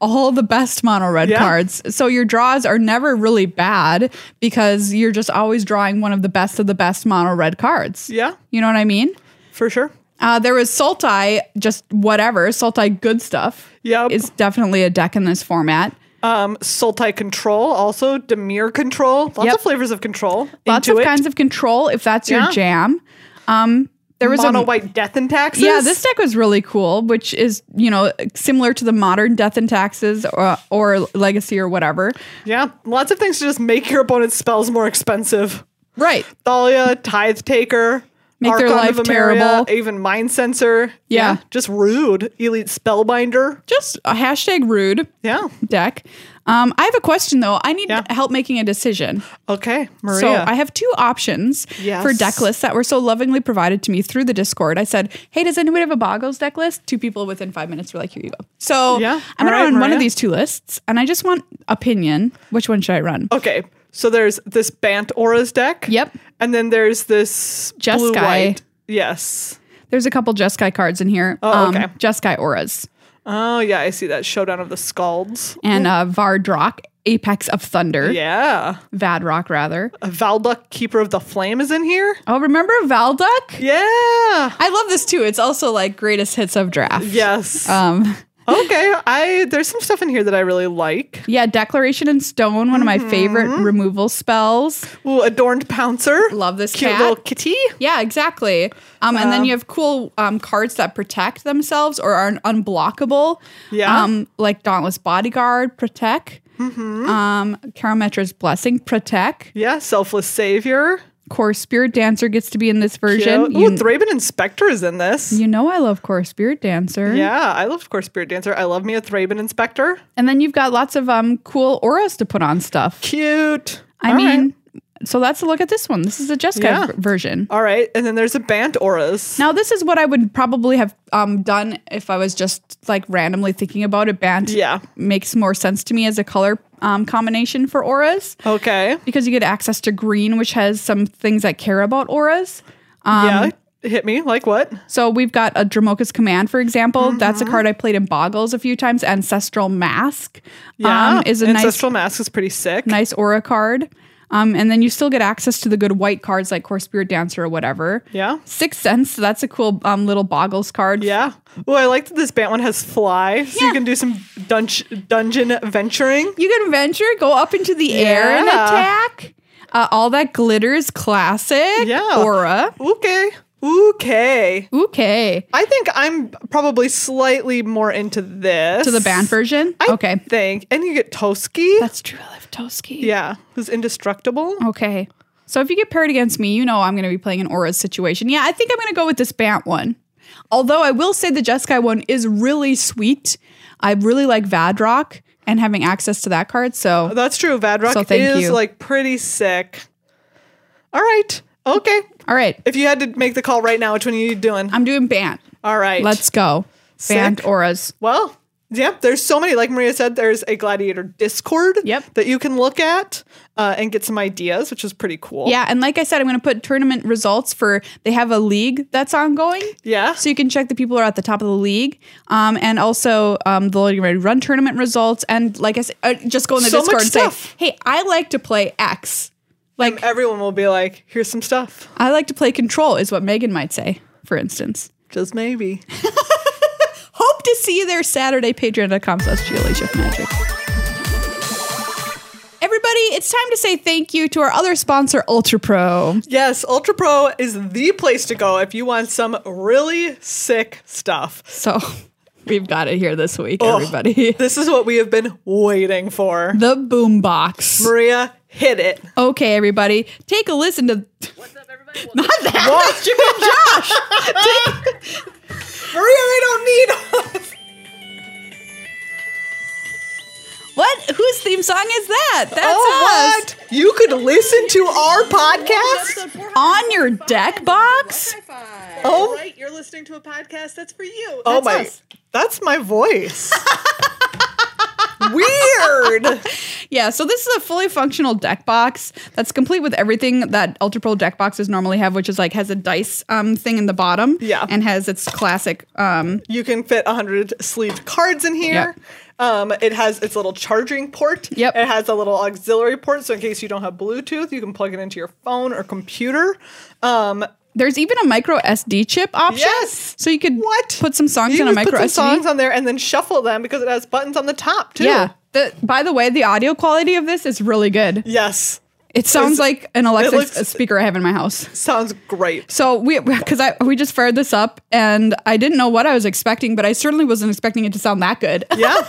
Speaker 1: all the best Mono Red
Speaker 2: Yeah.
Speaker 1: cards. So your draws are never really bad because you're just always drawing one of the best of the best Mono Red cards.
Speaker 2: Yeah,
Speaker 1: You know what I mean?
Speaker 2: for sure.
Speaker 1: Uh, there was Sultai, just whatever. Sultai good stuff.
Speaker 2: Yep.
Speaker 1: It's definitely a deck in this format.
Speaker 2: Um, Sultai control, also Demir control. Lots
Speaker 1: Yep.
Speaker 2: of flavors of control.
Speaker 1: Lots
Speaker 2: Into
Speaker 1: of
Speaker 2: it.
Speaker 1: kinds of control if that's
Speaker 2: Yeah.
Speaker 1: your jam. Um, there was
Speaker 2: mono
Speaker 1: a
Speaker 2: white death and taxes.
Speaker 1: yeah, this deck was really cool, which is you know similar to the modern Death and Taxes or, or Legacy or whatever.
Speaker 2: Yeah, lots of things to just make your opponent's spells more expensive.
Speaker 1: Right.
Speaker 2: Thalia, Tithe Taker,
Speaker 1: Make their life terrible.
Speaker 2: even Mind Sensor.
Speaker 1: Yeah.
Speaker 2: just rude. Elite Spellbinder.
Speaker 1: Just a hashtag rude
Speaker 2: Yeah.
Speaker 1: deck. Um, I have a question though. I need
Speaker 2: Yeah.
Speaker 1: help making a decision.
Speaker 2: Okay, Maria.
Speaker 1: So I have two options
Speaker 2: Yes.
Speaker 1: for deck lists that were so lovingly provided to me through the Discord. I said, "Hey, does anybody have a Boggles deck list?" Two people within five minutes were like, "Here you go." So
Speaker 2: Yeah.
Speaker 1: I'm going
Speaker 2: All right,
Speaker 1: to run one
Speaker 2: Maria.
Speaker 1: of these two lists, and I just want opinion. Which one should I run?
Speaker 2: okay, so there's this Bant Auras deck.
Speaker 1: Yep.
Speaker 2: And then there's this
Speaker 1: Jeskai.
Speaker 2: blue white. Yes.
Speaker 1: There's a couple Jeskai cards in here. Um,
Speaker 2: Oh, okay.
Speaker 1: Jeskai auras
Speaker 2: Oh yeah, I see that Showdown of the Scalds.
Speaker 1: and uh, Vardrock, Apex of Thunder,
Speaker 2: Yeah.
Speaker 1: Vadrock rather.
Speaker 2: Valduck, Keeper of the Flame, is in here.
Speaker 1: Oh, remember Valduck?
Speaker 2: Yeah.
Speaker 1: I love this too. It's also like greatest hits of draft.
Speaker 2: Yes.
Speaker 1: Um,
Speaker 2: okay. I there's some stuff in here that I really like.
Speaker 1: yeah, Declaration in Stone, one of my favorite
Speaker 2: Mm-hmm.
Speaker 1: removal spells.
Speaker 2: Ooh, Adorned Pouncer.
Speaker 1: Love this
Speaker 2: Cute
Speaker 1: cat.
Speaker 2: little kitty.
Speaker 1: Yeah, exactly. Um, and then you have cool um, cards that protect themselves or are unblockable.
Speaker 2: Yeah.
Speaker 1: Um, like Dauntless Bodyguard, Protect.
Speaker 2: Mm-hmm.
Speaker 1: Um, Karametra's Blessing, Protect.
Speaker 2: Yeah. Selfless Savior.
Speaker 1: Core Spirit Dancer gets to be in this
Speaker 2: Cute.
Speaker 1: version.
Speaker 2: Ooh,
Speaker 1: You,
Speaker 2: Thraben Inspector is in this.
Speaker 1: you know I love Core Spirit Dancer.
Speaker 2: Yeah, I love, of course, Spirit Dancer. I love me a Thraben Inspector.
Speaker 1: And then you've got lots of um cool auras to put on stuff.
Speaker 2: Cute.
Speaker 1: I
Speaker 2: All right.
Speaker 1: mean, so that's a look at this one. This is a Jessica
Speaker 2: Yeah.
Speaker 1: v- version.
Speaker 2: all right. And then there's a Bant Auras.
Speaker 1: Now, this is what I would probably have um, done if I was just like randomly thinking about it. Band
Speaker 2: Yeah.
Speaker 1: makes more sense to me as a color um, combination for auras
Speaker 2: Okay.
Speaker 1: because you get access to green, which has some things that care about auras. Um,
Speaker 2: yeah. Hit me. Like what?
Speaker 1: So we've got a Dramoka's Command, for example. That's
Speaker 2: Mm-hmm.
Speaker 1: a card I played in Boggles a few times. Ancestral Mask
Speaker 2: Yeah.
Speaker 1: um, is a
Speaker 2: Ancestral Mask is pretty sick.
Speaker 1: nice, nice aura card. Um, and then you still get access to the good white cards like Core Spirit Dancer or whatever.
Speaker 2: Yeah.
Speaker 1: Sixth Sense, that's a cool um, little Boggles card.
Speaker 2: Yeah. Oh, I like that this Bant one has fly, so you
Speaker 1: Yeah.
Speaker 2: can do some dun- dungeon venturing.
Speaker 1: You can venture, go up into the air and
Speaker 2: Yeah.
Speaker 1: attack. Uh, all that glitters, classic.
Speaker 2: Yeah.
Speaker 1: Aura.
Speaker 2: Okay. Okay.
Speaker 1: Okay.
Speaker 2: I think I'm probably slightly more into this.
Speaker 1: To the band version?
Speaker 2: I
Speaker 1: okay.
Speaker 2: think. And you get Toski.
Speaker 1: That's Oh, true. I love Toski.
Speaker 2: Yeah. Who's indestructible.
Speaker 1: Okay. So if you get paired against me, you know I'm going to be playing an auras situation. Yeah, I think I'm going to go with this Bant one. Although I will say the Jeskai one is really sweet. I really like Vadrock and having access to that card. So
Speaker 2: That's true. Vadrock
Speaker 1: So thank
Speaker 2: is
Speaker 1: you.
Speaker 2: like pretty sick. All right. Okay.
Speaker 1: All right.
Speaker 2: If you had to make the call right now, which one are you doing?
Speaker 1: I'm doing Bant.
Speaker 2: All right.
Speaker 1: Let's go. Bant
Speaker 2: Sick.
Speaker 1: auras.
Speaker 2: Well, yep, there's so many. Like Maria said, there's a Gladiator Discord
Speaker 1: Yep.
Speaker 2: that you can look at uh, and get some ideas, which is pretty cool.
Speaker 1: Yeah, and like I said, I'm going to put tournament results for. They have a league that's ongoing,
Speaker 2: Yeah.
Speaker 1: so you can check the people who are at the top of the league, um, and also um, the Loading Ready Run tournament results. And like I said, uh, just go in the
Speaker 2: So
Speaker 1: Discord
Speaker 2: much
Speaker 1: and
Speaker 2: stuff.
Speaker 1: say, "Hey, I like to play X. Like
Speaker 2: Everyone will be like, here's some stuff.
Speaker 1: I like to play Control," is what Megan might say, for instance.
Speaker 2: Just maybe.
Speaker 1: Hope to see you there Saturday. Patreon.com slash GLA Shift Magic. Everybody, it's time to say thank you to our other sponsor, Ultra Pro.
Speaker 2: Yes, Ultra Pro is the place to go if you want some really sick stuff.
Speaker 1: So we've got it here this week,
Speaker 2: Oh.
Speaker 1: everybody.
Speaker 2: This is what we have been waiting for.
Speaker 1: The boombox.
Speaker 2: Maria, hit it.
Speaker 1: Okay, everybody, take a listen to. What's up, everybody? Not that.
Speaker 2: What? Jim and Josh. Maria, we don't need
Speaker 1: What? Whose theme song is that? That's
Speaker 2: Oh,
Speaker 1: us.
Speaker 2: what? You could listen to our podcast?
Speaker 1: On your deck box?
Speaker 2: Oh.
Speaker 3: Oh, right. You're listening to a podcast that's for you.
Speaker 2: Oh
Speaker 3: That's
Speaker 2: my,
Speaker 3: us.
Speaker 2: that's my voice. Weird.
Speaker 1: Yeah, so this is a fully functional deck box that's complete with everything that Ultra Pro deck boxes normally have, which is like has a dice um, thing in the bottom.
Speaker 2: Yeah.
Speaker 1: And has its classic. Um,
Speaker 2: You can fit 100 sleeved cards in here. Um, it has its little charging port.
Speaker 1: Yep.
Speaker 2: It has a little auxiliary port, so in case you don't have Bluetooth, you can plug it into your phone or computer. Um,
Speaker 1: there's even a micro SD chip option.
Speaker 2: Yes.
Speaker 1: So you could
Speaker 2: what?
Speaker 1: put some songs
Speaker 2: you
Speaker 1: in a
Speaker 2: can
Speaker 1: micro
Speaker 2: put
Speaker 1: SD.
Speaker 2: some songs on there and then shuffle them because it has buttons on the top too.
Speaker 1: Yeah. The, by the way, the audio quality of this is really good.
Speaker 2: Yes.
Speaker 1: It sounds
Speaker 2: It's-
Speaker 1: like an Alexa
Speaker 2: looks-
Speaker 1: s- speaker I have in my house.
Speaker 2: Sounds great.
Speaker 1: So we, because I we just fired this up, and I didn't know what I was expecting, but I certainly wasn't expecting it to sound that good.
Speaker 2: Yeah.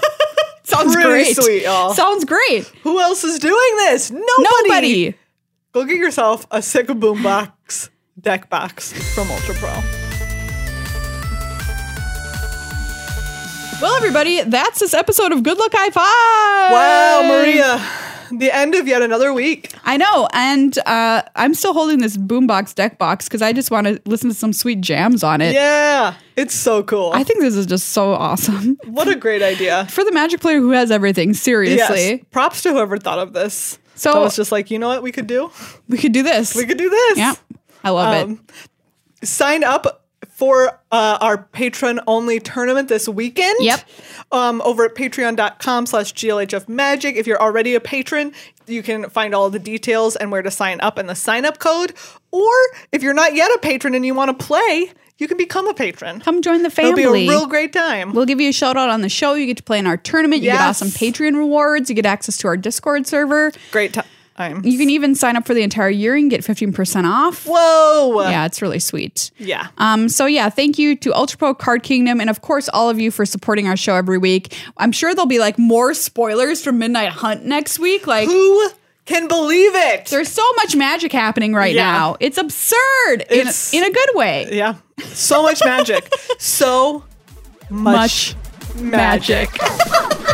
Speaker 1: Sounds
Speaker 2: Really
Speaker 1: great.
Speaker 2: sweet, y'all.
Speaker 1: Sounds great.
Speaker 2: Who else is doing this?
Speaker 1: Nobody.
Speaker 2: Go get yourself a sick boombox deck box from Ultra Pro.
Speaker 1: Well, everybody, that's this episode of Good Luck High Five.
Speaker 2: Wow, Maria. The end of yet another week.
Speaker 1: I know, and uh, I'm still holding this boombox deck box because I just want to listen to some sweet jams on it.
Speaker 2: Yeah. It's so cool.
Speaker 1: I think this is just so awesome
Speaker 2: what a great idea.
Speaker 1: for the magic player who has everything. Seriously,
Speaker 2: Yes. Props to whoever thought of this.
Speaker 1: So-
Speaker 2: So I was just like, you know what we could do?
Speaker 1: we could do this.
Speaker 2: We could do this.
Speaker 1: yeah, I love it.
Speaker 2: Um, sign up for uh, our patron only tournament this weekend
Speaker 1: Yep.
Speaker 2: um, over at patreon.com slash glhf magic if you're already a patron you can find all the details and where to sign up and the sign up code or if you're not yet a patron and you want to play you can become a patron
Speaker 1: Come join the
Speaker 2: it'll
Speaker 1: family.
Speaker 2: be a real great time
Speaker 1: We'll give you a shout out on the show. You get to play in our tournament. You get
Speaker 2: Yes.
Speaker 1: awesome Patreon rewards. You get access to our Discord server.
Speaker 2: great time
Speaker 1: You can even sign up for the entire year and get 15% off.
Speaker 2: whoa
Speaker 1: Yeah, it's really sweet.
Speaker 2: Yeah.
Speaker 1: Um, so yeah, thank you to Ultra Pro Card Kingdom and of course all of you for supporting our show every week. I'm sure there'll be like more spoilers for Midnight Hunt next week. Like
Speaker 2: who can believe it
Speaker 1: there's so much magic happening right
Speaker 2: Yeah.
Speaker 1: now. It's absurd in a,
Speaker 2: It's-
Speaker 1: in a good way.
Speaker 2: yeah so much magic so much, magic.
Speaker 1: magic.